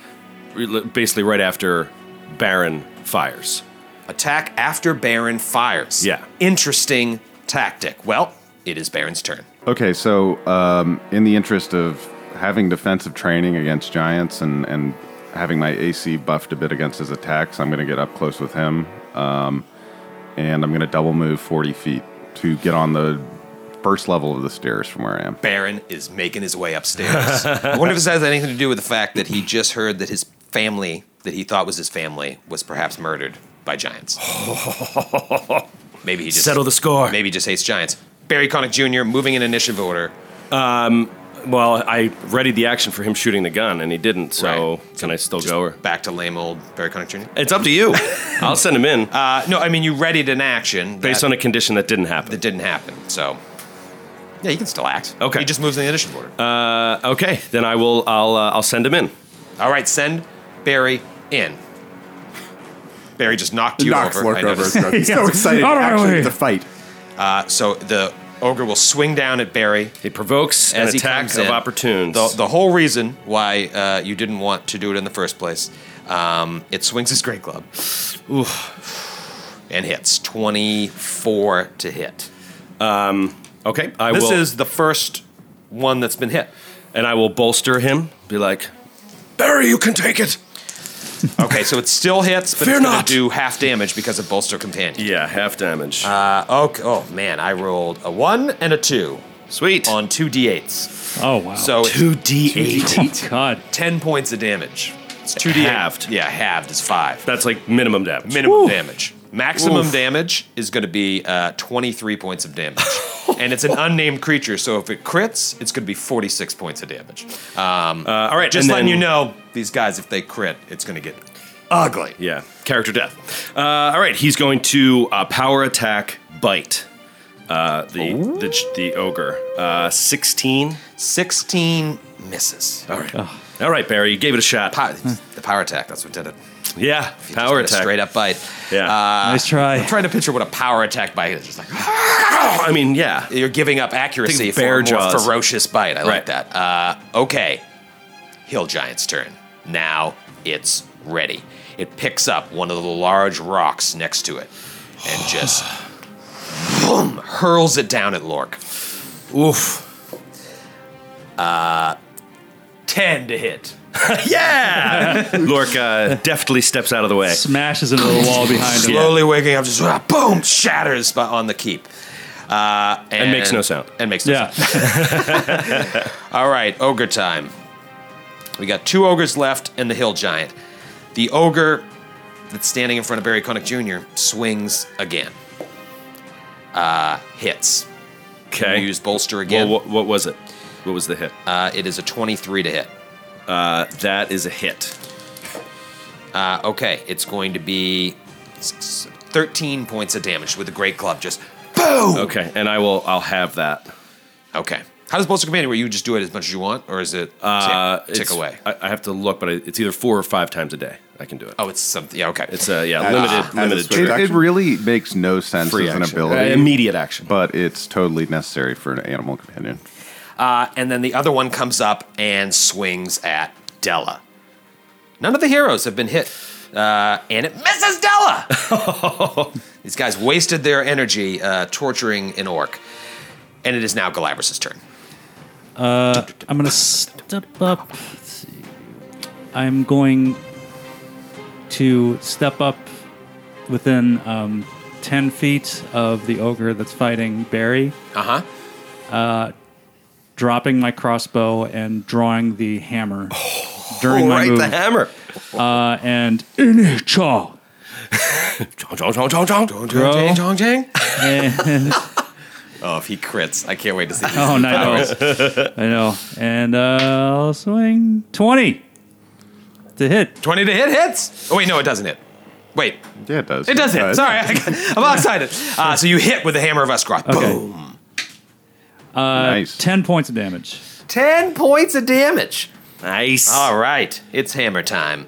re- basically right after Baron fires. attack after Baron fires. Yeah. Interesting tactic. Well, it is Baron's turn. Okay, so um, in the interest of having defensive training against giants and, and having my AC buffed a bit against his attacks, I'm going to get up close with him, um, and I'm going to double move 40 feet to get on the first level of the stairs from where I am. Baron is making his way upstairs. I wonder if this has anything to do with the fact that he just heard that his family, that he thought was his family, was perhaps murdered by (laughs) giants. maybe he just Settle the score. Maybe he just hates giants. Barry Connick Jr. moving in initiative order. Well, I readied the action for him shooting the gun, and he didn't. So Right. can I still Just go? Or? back to lame old Barry Connick Jr. It's up to you. (laughs) I'll send him in Uh, no, I mean you readied an action that, based on a condition that didn't happen. that didn't happen. So yeah, you can still act. Okay. Uh, he just moves in the initiative order. Okay, then I will. I'll. Uh, I'll send him in. All right, send Barry in. Barry just knocked you knocks over. Lork I over. noticed. He's (laughs) so excited. Out of my Actually, way. it's a fight. Uh, so the ogre will swing down at Barry. He provokes As an he attack comes of in. opportunes. The, the whole reason why uh, you didn't want to do it in the first place. Um, it swings his great club. And hits 24 to hit. okay, I this will. is the first one that's been hit. and I will bolster him. Be like, Barry, you can take it. Okay, so it still hits, but Fear it's going not. to do half damage because of bolster companion. Yeah, half damage. Uh, okay, oh man, I rolled a 1 and a 2 Sweet. on 2d8s. Oh, wow. So it's two d eight. God. 10 points of damage. It's 2d8. Halved. Yeah, halved is 5. That's like minimum damage. minimum Woo. damage. Maximum Oof. damage is going to be uh, 23 points of (laughs) damage. and it's an unnamed creature, so if it crits, it's going to be 46 points of damage. Um, all right, just Uh, letting and then- you know, these guys, if they crit, it's going to get. Yeah, character death. Uh, all right, he's going to uh, power attack bite uh, the, the the ogre. Uh, Sixteen. 16 misses. All right. All right, Barry, you gave it a shot. Pow- the power attack, that's what did it. yeah, If you just power get a attack. Straight up bite. Uh, Yeah. Nice try. I'm trying to picture what a power attack bite is. It's like, (coughs) I mean, yeah. (laughs) you're giving up accuracy Think for a more bear jaws. ferocious bite. I like Right. that. Uh, okay, Hill Giant's turn. Now it's ready. It picks up one of the large rocks next to it (sighs) and just boom, hurls it down at Lork. Oof. Uh, Ten to hit. (laughs) Yeah. Lorca deftly uh, steps out of the way. Smashes into the wall behind him. Slowly waking up, just ah, boom, shatters by- on the keep. Uh, and, makes no sound. And makes no sound. Yeah. All right, ogre time. We got two ogres left and the hill giant. The ogre that's standing in front of Barry Connick Jr. swings again. uh, hits. Okay. You use bolster again. Well, what, what was it? What was the hit? Uh, it is a 23 to hit. Uh, that is a hit. Uh, okay, it's going to be s- s- 13 points of damage with a great club. Just boom! Okay, and I will. I'll have that. Okay. How does Bolster Companion, where you just do it as much as you want, or is it tick, Uh, tick it's- away? I, I have to look, but I, it's either four or five times a day. I can do it. Oh, it's something. Yeah, okay. It's uh, yeah, As- limited, as a limited. switch trigger. action? It- Action. it- It really makes no sense Free as an action. ability. Uh, immediate action. But it's totally necessary for an animal companion. Uh, and then the other one comes up and swings at Della. None of the heroes have been hit. Uh, and it misses Della! (laughs) These guys wasted their energy uh, torturing an orc. And it is now Galabras' turn. Uh, I'm gonna step up. Let's see. I'm going to step up within um, ten feet of the ogre that's fighting Barry, Uh Uh-huh. huh. dropping my crossbow and drawing the hammer during my Oh, right, move. the hammer. uh, (laughs) and Inicha. Chong, chong, chong, chong, chong. Bro. Jang, jong, jang. And, Oh, if he crits, I can't wait to see these. Eh, oh, and I know, (laughs) I know. And uh, I'll swing twenty to hit. 20 to hit hits. Oh, wait, no, it doesn't hit. Wait, Yeah, it does. it does hit. Sorry, I'm (laughs) all excited. Uh, so you hit with the hammer of Escroth. Boom. nice. Uh, Ten points of damage. 10 points of damage. Nice. All right, it's hammer time.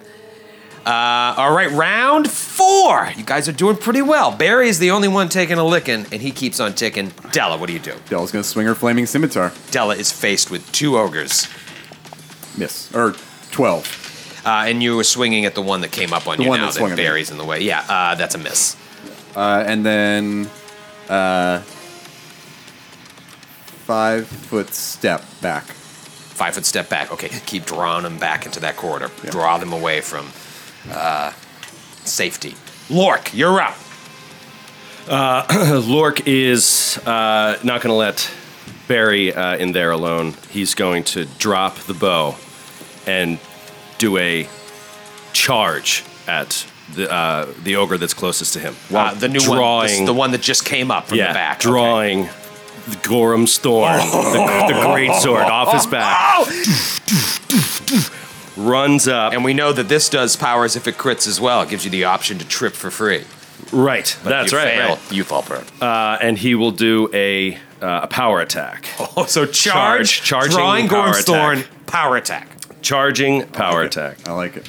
Uh, all right, round four. You guys are doing pretty well. Barry is the only one taking a licking, and he keeps on ticking. Della, what do you do? Dell's gonna swing her flaming scimitar. Della is faced with two ogres, Miss or twelve. uh, and you were swinging at the one that came up on The you one now. that swung at That me. Barry's in the way. Yeah, uh, that's a miss. Uh, and then, uh, five foot step back. Five foot step back. Okay, keep drawing them back into that corridor. Yeah. Draw them away from uh, safety. Lork, you're up. Lork is uh, not going to let Barry uh, in there alone. He's going to drop the bow and do a charge at the uh, the ogre that's closest to him. Uh, the new one, drawing, This is the one that just came up from yeah, the back. Okay. drawing the Gorum's thorn, (laughs) the, the great sword, off Oh, his back. Runs up. And we know that this does powers if it crits as well. It gives you the option to trip for free. right, But if that's you right. fail, right. You fall prone. Uh, and he will do a uh, a power attack. Oh, so charge, Charge, charging drawing power Gorm's attack. Thorn, power attack. Charging power attack. I like it.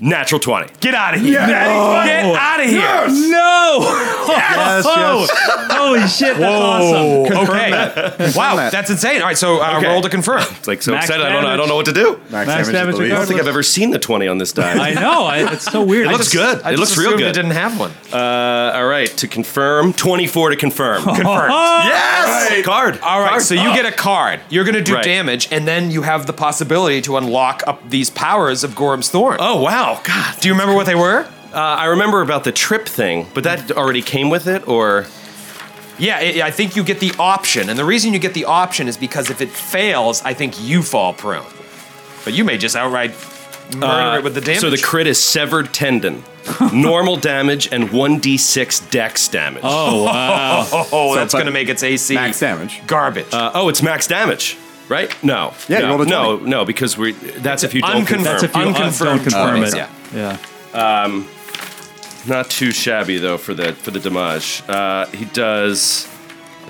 Natural 20. Get out of here! Get out of here! No! Oh, Yes, yes. Holy shit! That's Oh. awesome. Okay. (laughs) wow, that. that's insane. All right, so uh, Okay. roll to confirm. It's like so Max excited. I don't, know, I damage. don't know what to do. Max, I Max damage, at damage the least. don't think I've ever seen the 20 on this die. I know. I, it's so weird. It looks good. I it just looks real assumed good. It didn't have one. Uh, all right, to confirm, 24 to (laughs) confirm. Confirmed. yes! Card. All right, so you get a card. You're going to do Right. damage, and then you have the possibility to unlock up these powers of Gorm's Thorn. Oh, wow. God. Do you remember what they were? Uh, I remember about the trip thing, but that already came with it, or? Yeah, i I think you get the option, and the reason you get the option is because if it fails, I think you fall prone. But you may just outright murder Uh, it with the damage. So the crit is severed (laughs) tendon, normal damage, and 1d6 dex damage. Oh wow! oh, that's but going to make its AC Max damage. garbage. Uh, oh, it's max damage, right? No. Yeah, you no, rolled a no, no, because we that's if you don't Unconfirmed. confirm. That's if you Unconfirmed don't confirm points, it. yeah. yeah. Not too shabby though for the for the damage. Uh, he does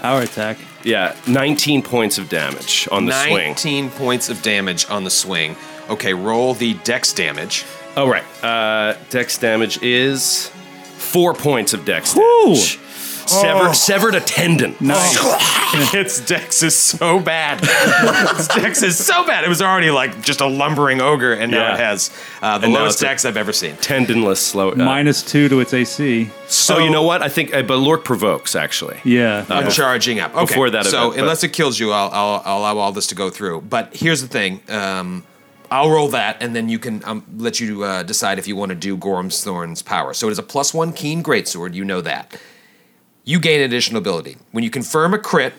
Power attack. yeah, 19 points of damage on the swing. 19 points of damage on the swing. Okay, roll the dex damage. Oh right. Uh, dex damage is four points of dex Whew. damage. Oh. Severed, severed a tendon. its dex is so bad. its dex is so bad. It was already like just a lumbering ogre, and now Yeah. it has uh, the And now lowest it's a- dex I've ever seen. Tendonless slow. Uh, Minus two to its AC. so you know what? I think uh, but Lork provokes actually. Yeah. I'm charging up. Okay. before that so event, but- unless it kills you, I'll, I'll, I'll allow all this to go through. But here's the thing. Um, I'll roll that, and then you can um, let you uh, decide if you want to do Gorm's Thorn's power. So it is a plus one keen greatsword. You know that. You gain an additional ability when you confirm a crit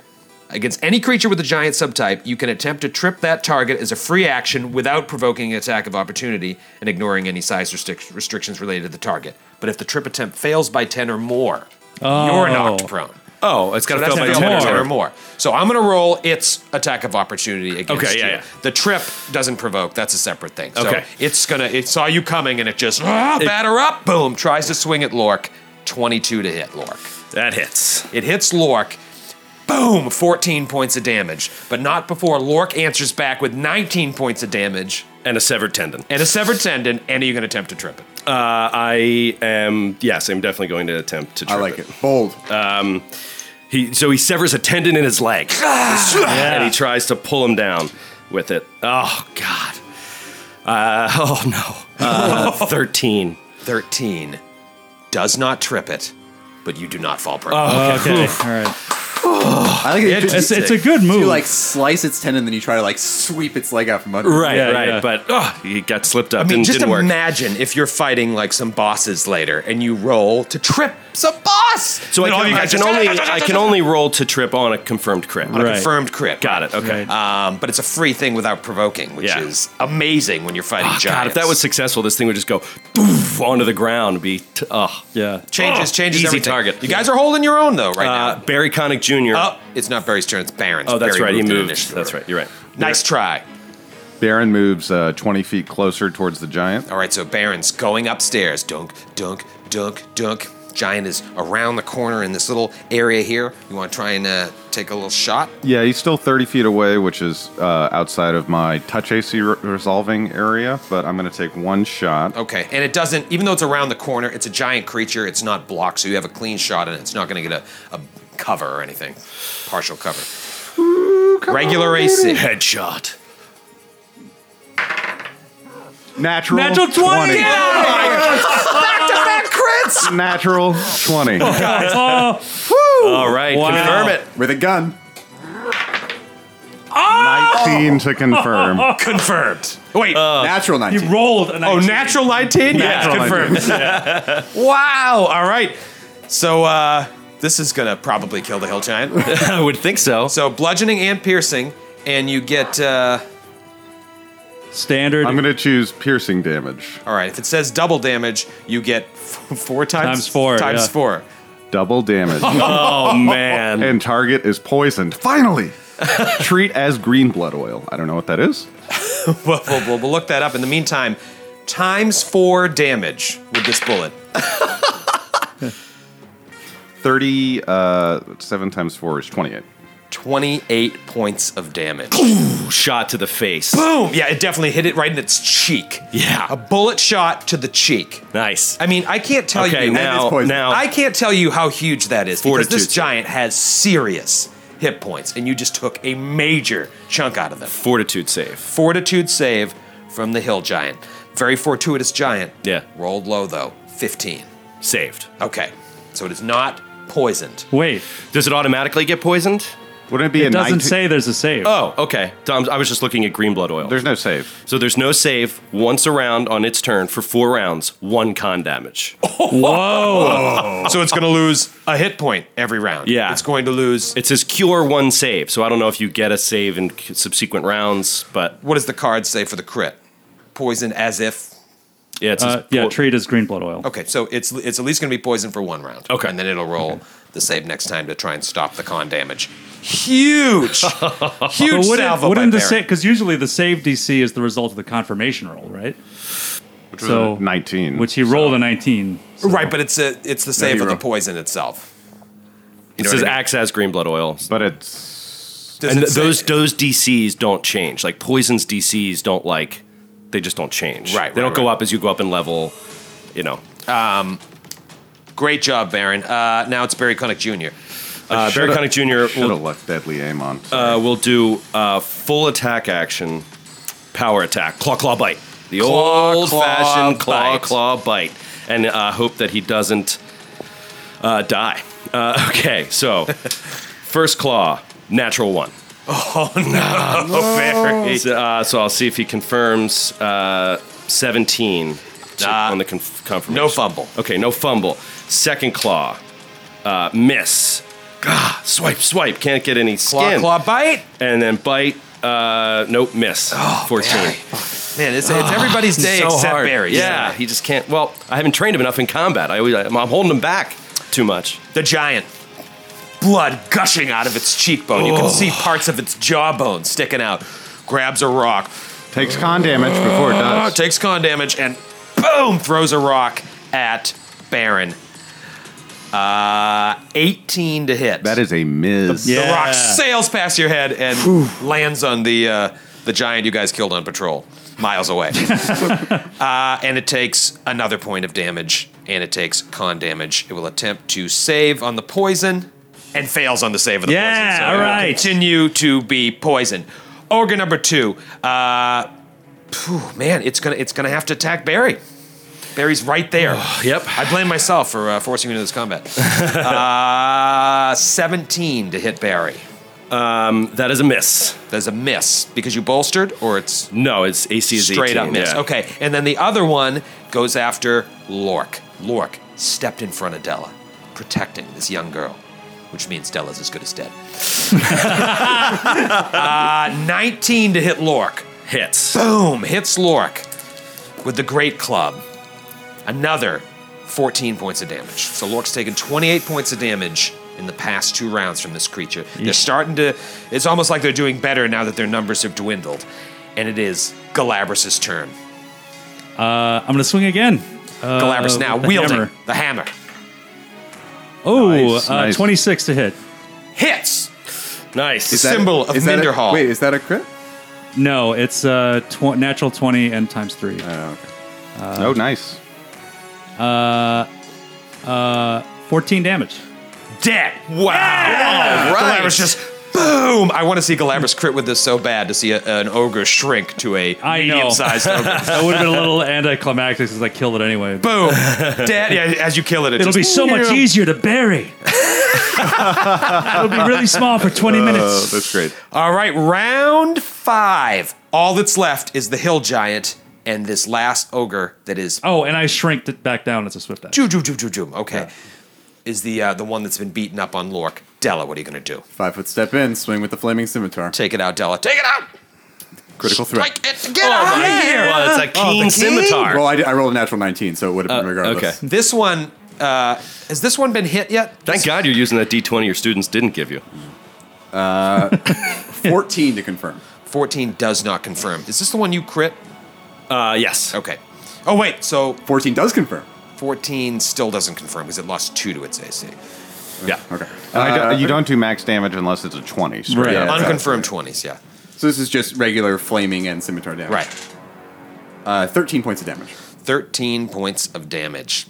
against any creature with a giant subtype. You can attempt to trip that target as a free action without provoking an attack of opportunity and ignoring any size restric- restrictions related to the target. But if the trip attempt fails by ten or more, you're knocked prone. Oh, it's got gotta fail by 10 or or more. more. So I'm going to roll its attack of opportunity against Okay, yeah, you. yeah. The trip doesn't provoke. That's a separate thing. So Okay. it's going to, it saw you coming and it just, ah, batter up, boom, tries to swing at Lork. 22 to hit Lork. That hits. It hits Lork. Boom, 14 points of damage. But not before Lork answers back with 19 points of damage and a severed tendon. and a severed tendon, and you're going to attempt to trip it. Uh, I am. Yes, I'm definitely going to attempt to. Trip I like it. Bold. Uh, Um, he so he severs a tendon in his leg, Ah! and he tries to pull him down with it. Oh God! Uh, oh no! (laughs) Uh, Thirteen. 13 does not trip it, but you do not fall prone. Oh, Okay, all right. I like it. It's- it's- it's a good move. You like slice its tendon, then you try to like sweep its leg out from under. Right, Yeah, right. yeah. But oh, he got slipped up. I mean, didn't, just didn't work. imagine if you're fighting like some bosses later and you roll to trip some boss. so I And all can, you I guys can just- (laughs) only I can only roll to trip on a confirmed crit. Right. confirmed crit. Got it. Okay. Right. Um, but it's a free thing without provoking, which Yeah. is amazing when you're fighting Oh, God, giants. if that was successful, this thing would just go doof, onto the ground. and Be t- oh. Yeah. changes, Oh, changes easy everything. target. You guys are holding your own though, right Uh, now. Barry Connick Jr. Oh, it's not Barry's turn. It's Baron's. oh, that's Barry right. He in moved. initiative That's order. right. You're right. Nice try. Baron moves uh, 20 feet closer towards the giant. All right, so Baron's going upstairs. Dunk, dunk, dunk, dunk. Giant is around the corner in this little area here. You want to try and uh, take a little shot? Yeah, he's still 30 feet away, which is uh, outside of my touch AC re- resolving area, but I'm going to take one shot. Okay, and it doesn't, even though it's around the corner, it's a giant creature. It's not blocked, so you have a clean shot and it's not going to get a, a cover or anything, partial cover. Regular AC. Headshot. Natural, Natural 20! Natural 20. Oh, All right. Wow. Confirm it. With a gun. 19 to confirm. Confirmed. Wait, Natural 19. you rolled a 19. natural 19? Yeah, Natural confirmed. wow, all right. So, uh, this is going to probably kill the hill giant. (laughs) I would think so. So bludgeoning and piercing, and you get. Uh, (laughs) Standard. I'm going to choose piercing damage. all right, if it says double damage, you get f- four times, Times four, times yeah. four. Double damage. (laughs) Oh man. and target is poisoned. Finally! Treat as green blood oil. I don't know what that is. We'll, we'll- we'll- we'll look that up. In the meantime, times four damage with this bullet. 30, uh, 7 times 4 is 28. Twenty-eight points of damage. Shot to the face. Boom! Yeah, it definitely hit it right in its cheek. Yeah. a bullet shot to the cheek. Nice. I mean, I can't tell okay, you now, poison. now I can't tell you how huge that is because this Fortitude. giant has serious hit points, and you just took a major chunk out of them. fortitude save. Fortitude save from the hill giant. Very fortuitous giant. Yeah. Rolled low though. 15. Saved. Okay. So it is not poisoned. Wait, Does it automatically get poisoned? Wouldn't it be a it doesn't 19? say there's a save. Oh, okay. Tom, I was just looking at green blood oil. There's no save. so there's no save once a round on its turn for four rounds, one con damage. (laughs) So it's going to lose a hit point every round. Oh. Yeah. It's going to lose. It says cure one save, so I don't know if you get a save in c- subsequent rounds, but What does the card say for the crit? Poison as if. yeah, it says Uh, yeah, po- treat as green blood oil. Okay. So it's it's at least going to be poisoned for one round. Okay. And then it'll roll the save next time to try and stop the con damage. (laughs) Huge, huge But salvo wouldn't, wouldn't by the Baron. save because usually the save DC is the result of the confirmation roll, right? Which So- was a 19. Which he rolled a 19. so- right? But it's a it's the save of the hero. poison itself. You it know says what I mean? acts as green blood oil. But it's. Does and it th- say- those those DCs don't change. Like poisons DCs don't like they just don't change. Right, They right, don't go right. up as you go up in level. You know, Great job, Baron. Uh, now it's Barry Connick Jr. uh, Barry Connick Jr. Should have will left Deadly Aim on. uh, will do uh, full attack action, power attack, claw claw bite, the Claw, old fashioned claw, claw bite. claw bite, and uh, hope that he doesn't uh, die. Uh, (laughs) okay, so first claw, natural (laughs) one. (laughs) Oh, Barry. Uh, so I'll see if he confirms uh, 17 to- on the conf- confirmation. No fumble. Okay, no fumble. Second claw, uh, miss. Ah, swipe, swipe. Can't get any Claw, skin. claw, bite. And then bite. Uh, nope, miss. Oh, 14. Man, it's, it's everybody's day Ah, So except hard. Barry's. Yeah, he just can't. Well, I haven't trained him enough in combat. I always, I'm I'm holding him back too much. The giant blood gushing out of its cheekbone. You can see parts of its jawbone sticking out. Grabs a rock. uh, Takes con damage before it does. Takes con damage and boom, throws a rock at Baron. Uh, 18 to hit. That is a miss. The rock sails past your head and lands on the uh, the giant you guys killed on patrol, miles away. uh, and it takes another point of damage, and it takes con damage. It will attempt to save on the poison and fails on the save of the Yeah, poison. all it will right. Continue to be poisoned. Ogre number two. Uh, phew, man, it's gonna it's gonna have to attack Barry. Barry's right there. Yep. I blame myself for uh, forcing you into this combat. Uh, (laughs) 17 to hit Barry. Um, that is a miss. There's a miss because you bolstered, or it's No, it's AC is straight up 18, miss. yeah. Okay, and then the other one goes after Lork. Lork stepped in front of Della, protecting this young girl, which means Della's as good as dead. (laughs) uh, 19 to hit Lork. Hits. Boom! Hits Lork with the Great Club. Another 14 points of damage. So Lork's taken 28 points of damage in the past two rounds from this creature. They're starting to. It's almost like they're doing better now that their numbers have dwindled. And it is Galabras' turn. I'm gonna swing again. Uh, Galabras now with the wielding hammer. the hammer. Oh, Nice, uh, nice. 26 to hit. Hits! Nice. Is that- Symbol of is that a- Minderhall. Wait, is that a crit? No, it's uh, tw- natural 20 and times three. Uh, oh, nice. 14 damage. Dead! Wow! Yeah! right. Galabras just. Boom! I want to see Galabras crit with this so bad to see a, an ogre shrink to a I know. medium-sized ogre. That would have been a little anticlimactic since I killed it anyway. But (laughs) Boom! Dead. Yeah, as you kill it, it it'll just, be so much easier to bury. it'll be really small for 20 Oh, minutes. that's great. All right, round five. All that's left is the hill giant and this last ogre that is. Oh, and I shrinked it back down. It's a swift action. Joo, joo, joo, joo, joo. Okay, is the uh, the one that's been beaten up on Lork. Della, what are you gonna do? Five foot step in, swing with the flaming scimitar. Take it out, Della. Take it out. Critical threat. Strike it. Get out of here. Oh, Well, it's a keen scimitar. Well, I, did- I rolled a natural 19, so it would have been regardless. (laughs) okay. This one. Uh, has this one been hit yet? Thank God you're using that D20 your students didn't give you. 14 to confirm. 14 does not confirm. Is this the one you crit? Uh, yes. Okay. Oh, wait. So 14 does confirm. 14 still doesn't confirm because it lost two to its AC. Yeah. Okay. uh, I don't- you don't do max damage unless it's a 20. straight Right. up. Yeah. Unconfirmed 20s, yeah. So this is just regular flaming and scimitar damage. Right. Uh, 13 points of damage. 13 points of damage.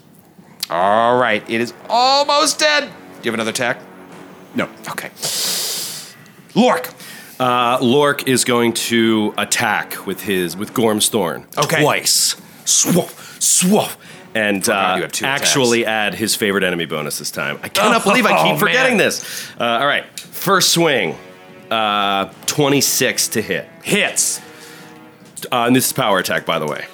All right, it is almost dead. Do you have another attack? No. Okay. Lork. Uh, Lork is going to attack with his with Gorm's Thorn Okay. twice. Swoof, swoof, and Forgot you uh, have two attacks. actually add his favorite enemy bonus this time. I cannot (laughs) Oh, believe I keep man. forgetting this. Uh, all right, first swing, uh, twenty six to hit. Hits. Uh, and this is power attack, by the way.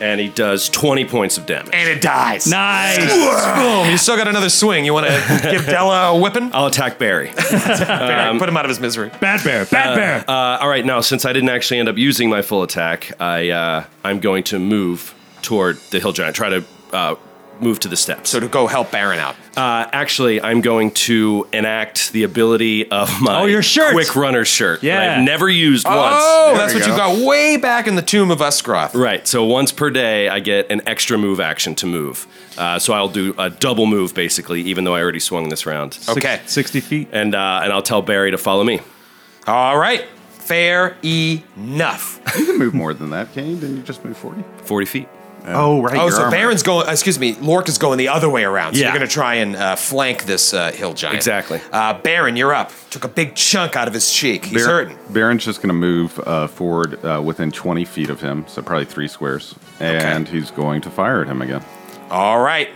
And he does twenty points of damage. And it dies. Nice. Boom. You still got another swing. You want to give Della a whipping? I'll (laughs) attack Barry. Put him out of his misery. Bad bear. Bad bear. Uh, all right, now since I didn't actually end up using my full attack, I uh, I'm going to move toward the hill giant. Try to uh, move to the steps. So to go help Baron out. uh, actually, I'm going to enact the ability of my Oh, your shirt. quick runner shirt. that Yeah. I've never used Oh, once. that's what you got way back in the tomb of Uskroth. Right, so once per day, I get an extra move action to move. Uh, so I'll do a double move basically, even though I already swung this round. Six- okay. 60 feet. And uh, and I'll tell Barry to follow me. All right. Fair enough. You can move more than that, can you? Didn't you just move 40? Forty feet. Oh, right. Oh, your so armor. Baron's going. Excuse me, Lork is going the other way around. So Yeah. you're going to try and uh, flank this uh, hill giant. Exactly. Uh, Baron, you're up. Took a big chunk out of his cheek. He's Bar- hurting. Baron's just going to move uh, forward uh, within 20 feet of him, so probably three squares, and he's going to fire at him again. All right.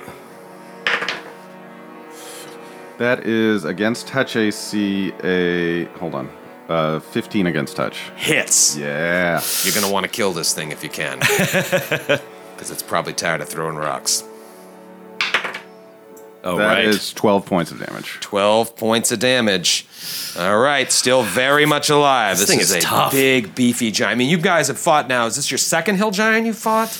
That is against touch AC. A hold on, uh, 15 against touch. Hits. Yeah, You're going to want to kill this thing if you can, (laughs) because it's probably tired of throwing rocks. Oh, that right. is 12 points of damage. 12 points of damage. All right, still very much alive. This, thing is, is a tough. big, beefy giant. I mean, you guys have fought now. Is this your second hill giant you fought?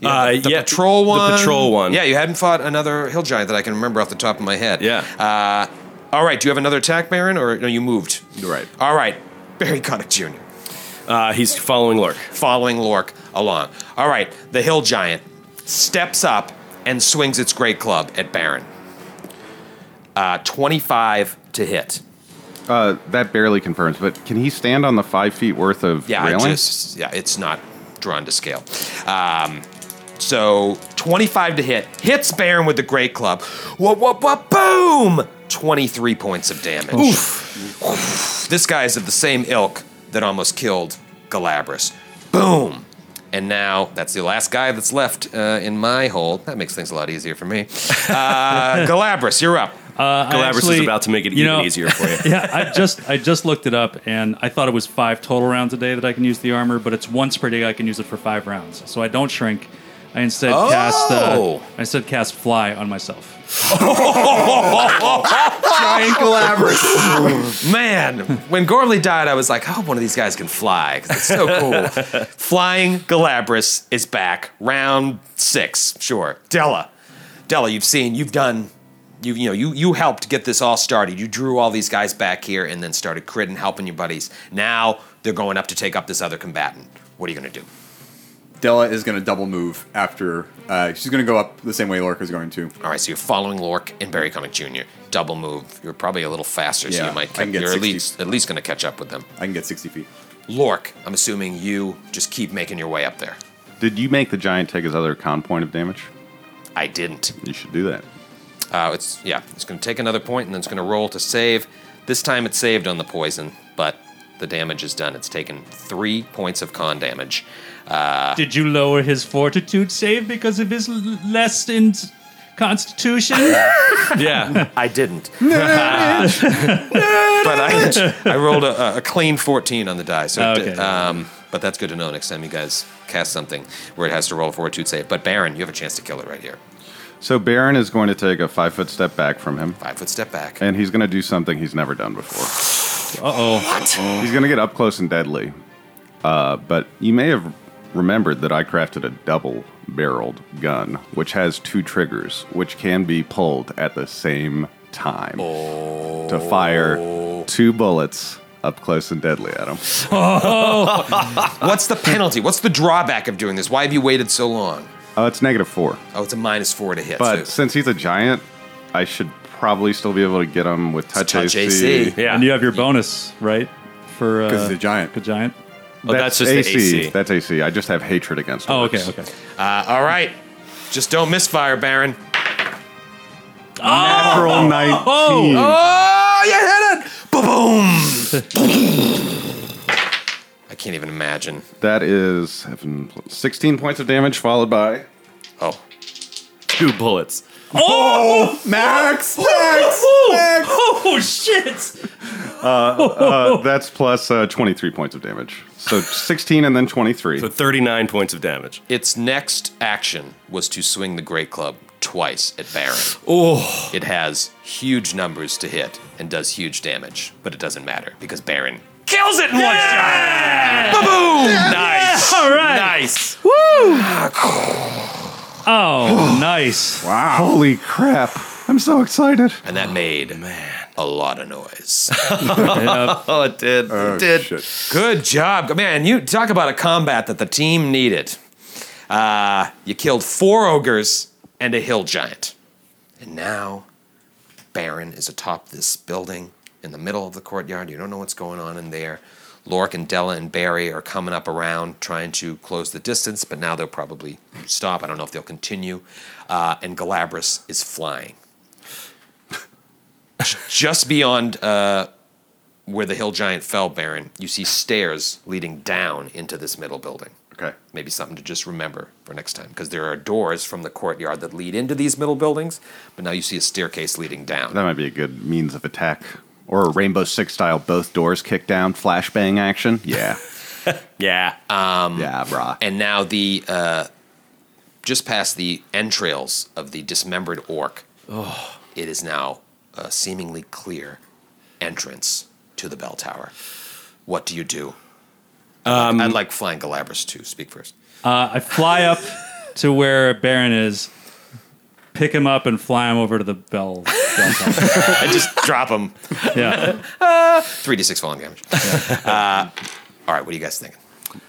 You Uh, had the, the yeah, patrol the one. patrol one. Yeah, you hadn't fought another hill giant that I can remember off the top of my head. Yeah. Uh, All right, do you have another attack, Baron, or no? You moved. Right. All right, Barry Connick Jr. Uh, he's following Lork. Following Lork along. All right, the hill giant steps up and swings its great club at Baron. Uh, Twenty-five to hit. Uh, that barely confirms, but can he stand on the five feet worth of Yeah, I railing? just yeah, it's not drawn to scale. Um, so 25 to hit hits Baron with the great club. Whoa, whoa, whoa, boom! 23 points of damage. Oof. This guy is of the same ilk that almost killed Galabras. Boom! And now that's the last guy that's left uh, in my hold. That makes things a lot easier for me. (laughs) Uh, Galabras, you're up. Uh, I Galabras is actually- about to make it you even know- easier for you. (laughs) yeah, I just I just looked it up and I thought it was five total rounds a day that I can use the armor, but it's once per day I can use it for five rounds. So I don't shrink. I instead cast uh, Oh. I instead cast fly on myself. Giant Galabras. Man, when Gormley died, I was like, I hope one of these guys can fly because it's so (laughs) cool. Flying Galabras is back, round six. Sure, Della, Della, you've seen, you've done, you you know, you you helped get this all started. You drew all these guys back here, and then started critting, helping your buddies. Now they're going up to take up this other combatant. What are you gonna do? Della is going to double move after. Uh, she's going to go up the same way Lorca's going to. All right, so you're following Lork and Barry Connick Jr. Double move. You're probably a little faster, so Yeah, you might. I can get you're at 60. least at least gonna catch up with them. I can get 60 feet. Lork, I'm assuming you just keep making your way up there. Did you make the giant take his other con point of damage? I didn't. You should do that. Uh, it's yeah. It's going to take another point, and then it's going to roll to save. This time it saved on the poison, but the damage is done. It's taken three points of con damage. Ah. Did you lower his fortitude save because of his l- lessened constitution? (laughs) Yeah. I (laughs) didn't, (laughs) but I, I rolled a, a clean fourteen on the die. So, Oh, it- okay. um, but that's good to know next time you guys cast something where it has to roll a fortitude save. But Baron, you have a chance to kill it right here. So Baron is going to take a five foot step back from him, Five foot step back. and he's going to do something he's never done before. What? He's going to get up close and deadly. Uh, but you may have remembered that I crafted a double barreled gun, which has two triggers, which can be pulled at the same time to Oh. fire two bullets up close and deadly at him. What's the penalty? What's the drawback of doing this? Why have you waited so long? Uh, it's negative four. Oh, it's a minus four to hit. But so since he's a giant, I should probably still be able to get him with touch, touch AC. AC. Yeah. And you have your bonus, right? For uh, 'Cause he's a giant. A giant. Oh, that's, just the AC. That's AC. I just have hatred against him. Oh, okay, okay. Uh, all right. Just don't misfire, Baron. Natural 19. Oh, you hit it! Boom! (laughs) I can't even imagine. That is seven plus- 16 points of damage, followed by. Oh, Two bullets. Oh! Max! Max! Max! (laughs) Oh shit! Uh, that's plus uh, 23 points of damage. So 16 and then 23. So 39 points of damage. its next action was to swing the Great Club twice at Baron. Oh. It has huge numbers to hit and does huge damage, but it doesn't matter because Baron. Kills it in one shot. Boom! Nice. All right. Nice. Oh, nice. Wow. Holy crap. I'm so excited. And that made a lot of noise. (laughs) Oh, it did. Oh, it did. shit. Good job, man. You talk about a combat that the team needed. Uh, you killed four ogres and a hill giant. And now Baron is atop this building in the middle of the courtyard. You don't know what's going on in there. Lork and Della and Barry are coming up around trying to close the distance, but now they'll probably stop. I don't know if they'll continue. Uh, and Galabras is flying. (laughs) Just beyond uh, where the hill giant fell, Baron, you see stairs leading down into this middle building. Okay. Maybe something to just remember for next time, because there are doors from the courtyard that lead into these middle buildings, but now you see a staircase leading down. That might be a good means of attack. Or a Rainbow Six style, both doors kick down, flashbang action. (laughs) Yeah. Yeah. yeah, brah. and now the uh, just past the entrails of the dismembered orc, it is now a seemingly clear entrance to the bell tower. What do you do? Um, I'd like flying Galabras to speak first. I fly up to where Baron is, pick him up and fly him over to (laughs) the bell. bell tower. I just drop him. Yeah. Three d six falling damage. Uh, all right, what are you guys thinking?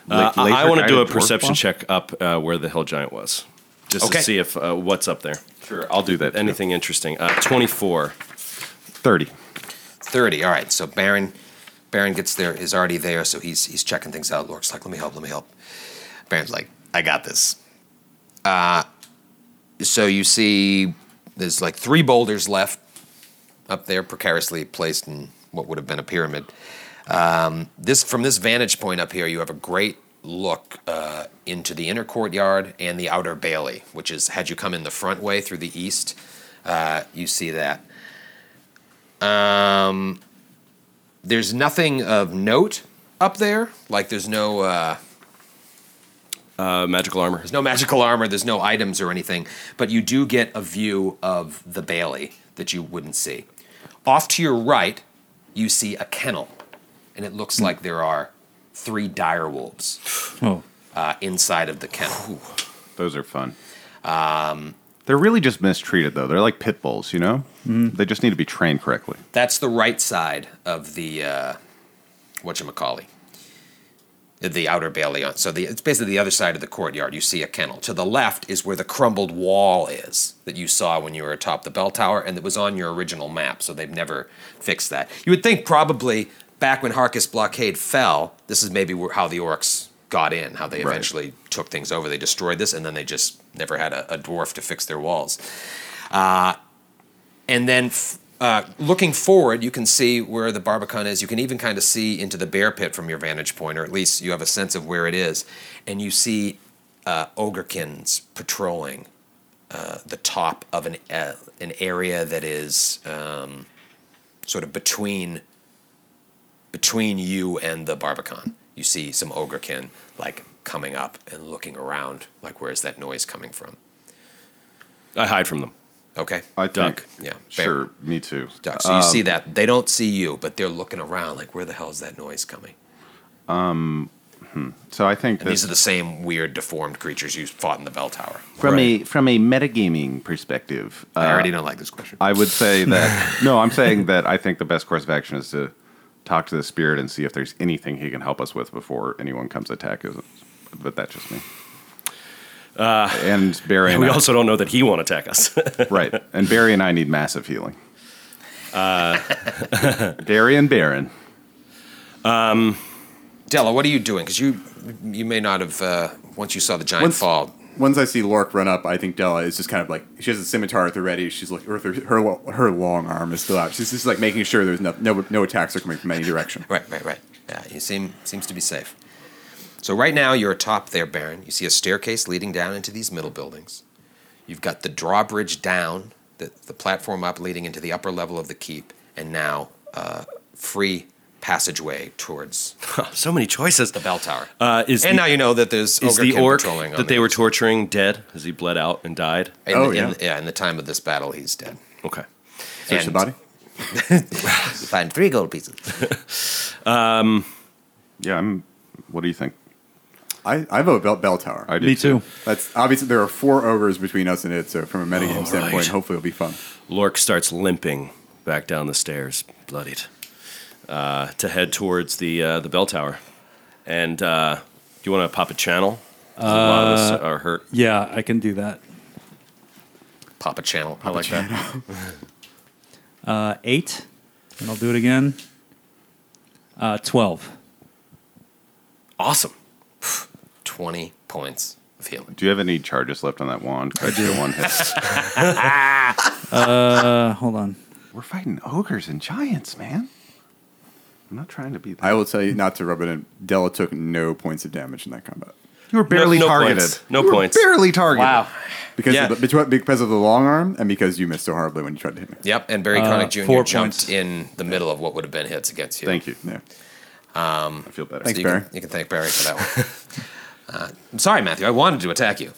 Uh, La- I laser want to do a guided dwarf perception bomb? check up uh, where the hill giant was, just Okay. to see if uh, what's up there. Sure, I'll do that. Anything interesting? Uh, Twenty-four. 30. 30. All right. So Baron Baron gets there is already there, so he's he's checking things out. Lork's like, let me help, let me help. Baron's like, I got this. Uh so you see there's like three boulders left up there, precariously placed in what would have been a pyramid. Um, this from this vantage point up here, you have a great look uh, into the inner courtyard and the outer bailey, which is had you come in the front way through the east, uh, you see that. Um, there's nothing of note up there. Like there's no uh, uh, magical armor. There's no magical armor. There's no items or anything. But you do get a view of the Bailey that you wouldn't see. Off to your right, you see a kennel, and it looks like there are three dire wolves Oh. uh, inside of the kennel. Those are fun. Um, They're really just mistreated, though. They're like pit bulls, you know? Mm-hmm. They just need to be trained correctly. That's the right side of the uh, whatchamacallit. The outer bailey on. So the, it's basically the other side of the courtyard. You see a kennel. To the left is where the crumbled wall is that you saw when you were atop the bell tower, and that was on your original map. So they've never fixed that. You would think probably back when Harkus blockade fell, this is maybe where- how the orcs got in, how they Right. eventually took things over. They destroyed this, and then they just never had a, a dwarf to fix their walls. Uh, and then f- uh, looking forward, you can see where the Barbican is. You can even kind of see into the bear pit from your vantage point, or at least you have a sense of where it is. And you see uh, ogrekins patrolling uh, the top of an uh, an area that is um, sort of between between you and the Barbican. You see some ogrekin like coming up and looking around, like where is that noise coming from? I hide from them. Okay, I Duck. think. Yeah, fair. Sure, me too. Duck. So you Um, see that they don't see you, but they're looking around like, where the hell is that noise coming? Um, hmm. So I think And these this, are the same weird, deformed creatures you fought in the bell tower. from a from a metagaming perspective, uh, I already don't like this question. I would (laughs) say that no, I'm saying that I think the best course of action is to talk to the spirit and see if there's anything he can help us with before anyone comes to attack us. But that's just me. Uh, and (laughs) Barry, and we I- also don't know that he won't attack us. (laughs) right. And Barry and I need massive healing. Uh, (laughs) Barry and Baron. Um, Della, what are you doing? Because you you may not have uh, once you saw the giant fall. Once I see Lork run up, I think Della is just kind of like she has a scimitar at the ready. She's like her her, her long arm is still out. She's just like making sure there's no no, no attacks are coming from any direction. Right, right, right. Yeah, you seem seems to be safe. So right now you're atop there, Baron. You see a staircase leading down into these middle buildings. You've got the drawbridge down, the, the platform up leading into the upper level of the keep, and now uh, free passageway towards so many choices. The (laughs) bell tower. Uh, is and the- now you know that there's is ogre the kin orc patrolling on that the- they were torturing dead? Has he bled out and died? in, in- Oh, yeah, in the time of this battle, he's dead. Okay. Search the And- body? Find three gold pieces. um, yeah, I'm. What do you think? I, I vote bell, bell tower. I do Me too. That's obviously there are four ogres between us and it, so from a metagame All standpoint, right. hopefully it'll be fun. Lork starts limping back down the stairs, bloodied, uh, to head towards the uh, the bell tower. And uh, do you want to pop a channel? 'Cause a lot of us Uh, are hurt. Yeah, I can do that. Pop a channel. I like that. Uh, eight, and I'll do it again. Uh, Twelve. Awesome. 20 points of healing. Do you have any charges left on that wand? I do. One (laughs) hit. Uh, hold on. We're fighting ogres and giants, man. I'm not trying to be that. I will tell you not to rub it in. Della took no points of damage in that combat. You were barely no targeted. points. No You were points. barely targeted. Wow. Because, Yeah. of the, betwe- because of the long arm and because you missed so horribly when you tried to hit me. Yep, and Barry Uh, Connick Jr. four jumped in the middle of what would have been hits against you. Thank you. Yeah. Um, I feel better. Thanks, you Barry. Can, you can thank Barry for that (laughs) one. uh, I'm sorry, Matthew. I wanted to attack you,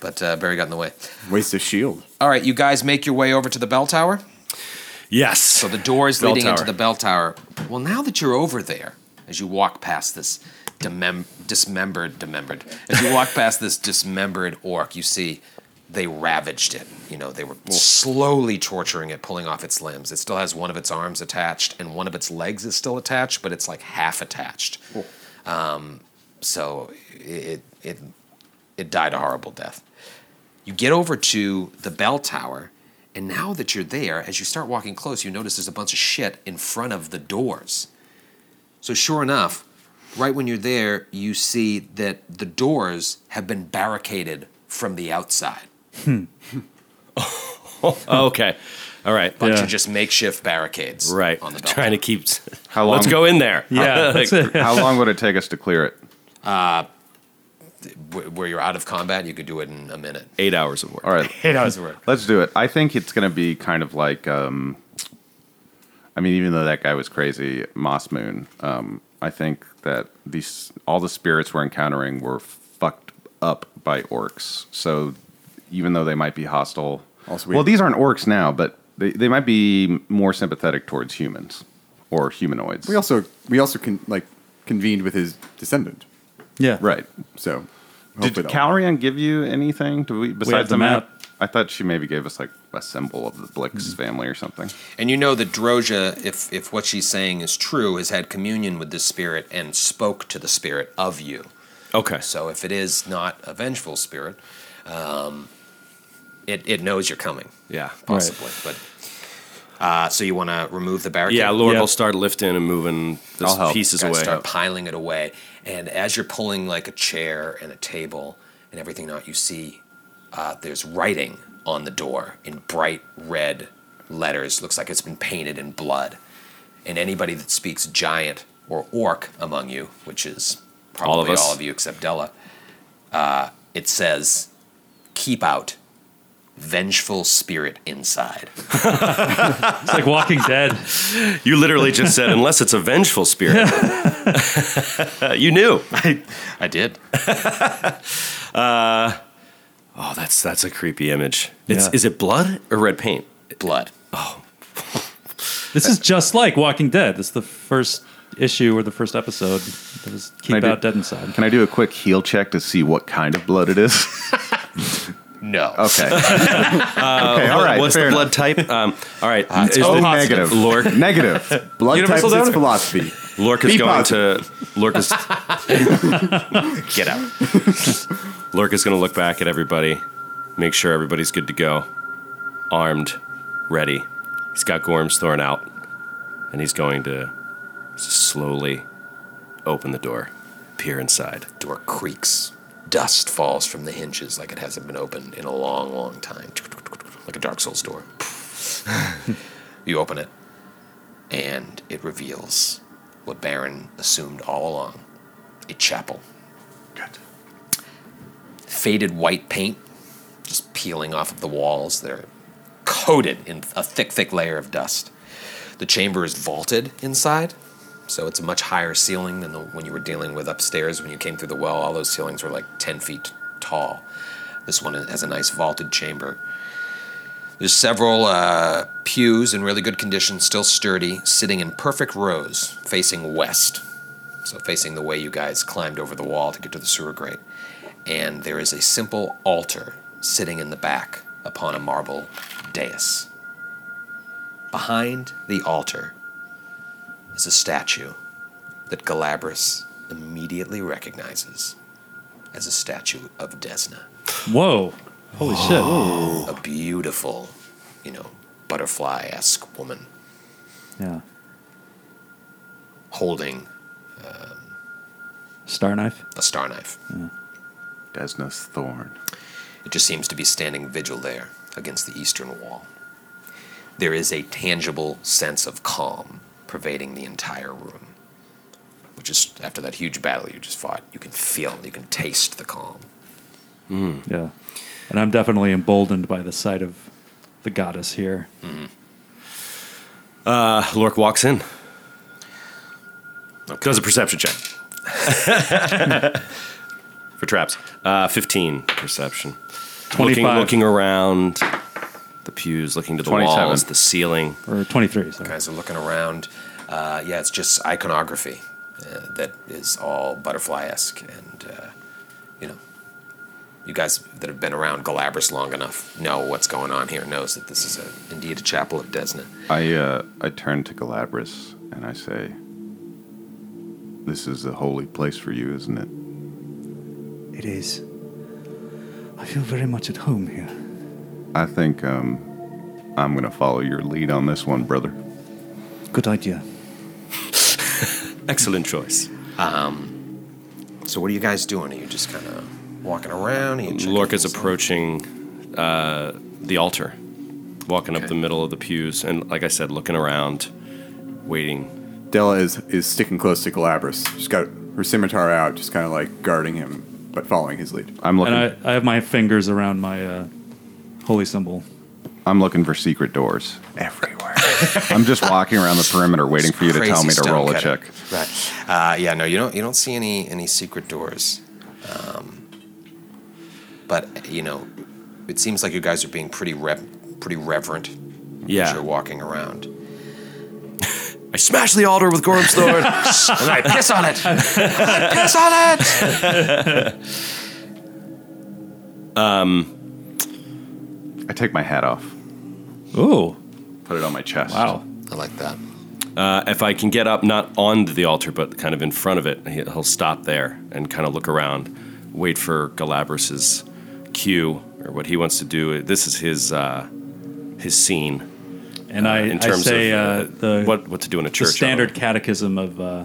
but uh, Barry got in the way. Waste of shield. All right, you guys make your way over to the bell tower. Yes. (laughs) So the door is Bell leading into tower. the bell tower. Well, now that you're over there, as you walk past this demem- dismembered, dismembered, as you walk past this dismembered orc, you see they ravaged it. You know, they were slowly torturing it, pulling off its limbs. It still has one of its arms attached, and one of its legs is still attached, but it's like half attached. Um, so it, it it died a horrible death. You get over to the bell tower, and now that you're there, as you start walking close, you notice there's a bunch of shit in front of the doors. So sure enough, right when you're there, you see that the doors have been barricaded from the outside. Oh, okay. All right. Bunch Yeah. of just makeshift barricades. Right. On the bell (laughs) Trying to keep. How long? Let's go in there. (laughs) how long would it take us to clear it? Uh, wh- where you're out of combat, you could do it in a minute. Eight hours of work. All right. Eight hours of work. Let's do it. I think it's going to be kind of like, um, I mean, even though that guy was crazy, Moss Moon. Um, I think that these all the spirits we're encountering were fucked up by orcs. So even though they might be hostile, sweet. well, these aren't orcs now, but they, they might be more sympathetic towards humans or humanoids. We also we also can like convened with his descendant. Yeah. Right. So Did hopefully that'll- Calrion give you anything? Do we besides have the the map? Hmm. I thought she maybe gave us like a symbol of the Blix family or something. And you know that Droja, if if what she's saying is true, has had communion with this spirit and spoke to the spirit of you. Okay. So if it is not a vengeful spirit, um, it it knows you're coming. Yeah, possibly. But uh, so you want to remove the barricade? Yeah, Lord will start lifting and moving the I'll help. pieces Guys, away. Start piling it away, and as you're pulling like a chair and a table and everything out, you see uh, there's writing on the door in bright red letters. Looks like it's been painted in blood. And anybody that speaks giant or orc among you, which is probably All all of of, us. you except Della, uh, it says, "Keep out." Vengeful spirit inside. It's like Walking Dead. You literally just said, unless it's a vengeful spirit. (laughs) you knew. I, I did. uh, oh, that's that's a creepy image. It's, Yeah. Is it blood or red paint? Blood. This is just like Walking Dead. This is the first issue or the first episode. That was I Keep do- Out Dead Inside. Can I do a quick heel check to see what kind of blood it (laughs) is? no. Okay. Uh, okay. All right. What's fair the blood enough. type? Um, all right. it's O negative. Lork. (laughs) Negative. Blood Universal type is donor? philosophy. (laughs) Lork is Be going positive. to Lork is (laughs) get out. Lork is going to look back at everybody, make sure everybody's good to go, armed, ready. He's got Gorm's thorn out, and he's going to slowly open the door, peer inside. Door creaks. Dust falls from the hinges like it hasn't been opened in a long, long time. Like a Dark Souls door. (laughs) you open it, and it reveals what Baron assumed all along a chapel. Faded white paint just peeling off of the walls. They're coated in a thick, thick layer of dust. The chamber is vaulted inside, so it's a much higher ceiling than the, when you were dealing with upstairs when you came through the well. All those ceilings were like 10 feet tall. This one has a nice vaulted chamber. There's several uh, pews in really good condition, still sturdy, sitting in perfect rows, facing west. So, facing the way you guys climbed over the wall to get to the sewer grate. And there is a simple altar sitting in the back upon a marble dais. Behind the altar is a statue that Galabras immediately recognizes as a statue of Desna. Whoa. Holy shit. A beautiful, you know, butterfly esque woman Yeah. holding Star Knife. a star knife. Desna's thorn. It just seems to be standing vigil there against the eastern wall. There is a tangible sense of calm pervading the entire room, which is after that huge battle you just fought. You can feel, you can taste the calm. Yeah. And I'm definitely emboldened by the sight of the goddess here. Uh, Lork walks in. Does a (laughs) perception check. For traps. Uh, 15 perception. Looking, 25. looking around the pews, looking to the 27. walls, the ceiling. Or 23. You guys are looking around. Uh, yeah, it's just iconography uh, that is all butterfly esque and, uh, you know, you guys that have been around Galabras long enough know what's going on here. Knows that this is a, indeed a chapel of Desna. I uh, I turn to Galabras and I say, "This is the holy place for you, isn't it?" It is. I feel very much at home here. I think um, I'm going to follow your lead on this one, brother. Good idea. Excellent choice. Um, so what are you guys doing? Are you just kind of walking around? Are you checking Lorca's things out? approaching uh, the altar, walking up the middle of the pews, and like I said, looking around, waiting. Della is is sticking close to Galabras. She's got her scimitar out, just kind of like guarding him, but following his lead. I'm looking. And I, I have my fingers around my uh, holy symbol. I'm looking for secret doors everywhere. (laughs) I'm just walking around the perimeter waiting for you to Crazy tell me to stone roll a cutter. check. Right. Uh, yeah. No, you don't. You don't see any any secret doors. Um, but you know, it seems like you guys are being pretty rev- pretty reverent as Yeah. you're walking around. I smash the altar with Gorm's sword, and I piss on it. Piss on it. Um, I take my hat off, (laughs) ooh, put it on my chest. Wow. I like that. Uh, if I can get up, not on the altar, but kind of in front of it, he- he'll stop there and kind of look around, wait for Galabras's cue or what he wants to do. This is his uh, his scene And I, in terms I say of uh, the, what what to do in a the church. standard catechism of, uh,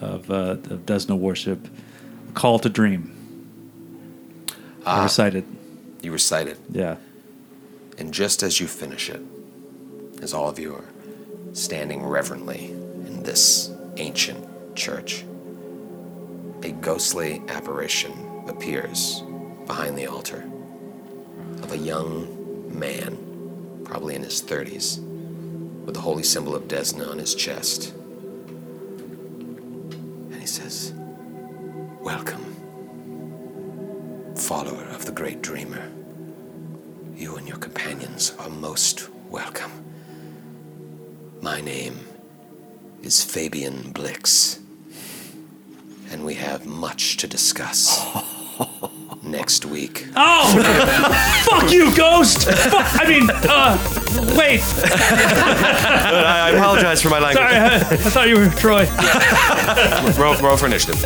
of, uh, of Desna worship call to dream. I recite it. You recite it, Yeah. and just as you finish it, as all of you are standing reverently in this ancient church, a ghostly apparition appears behind the altar of a young man, probably in his 30s, with the holy symbol of Desna on his chest. And he says, Welcome, follower of the great dreamer. You and your companions are most welcome. My name is Fabian Blix, and we have much to discuss next week. Oh! (laughs) Fuck you, ghost! Fuck, I mean, uh, wait. I apologize for my language. Sorry, I thought you were Troy. Roll, roll for initiative.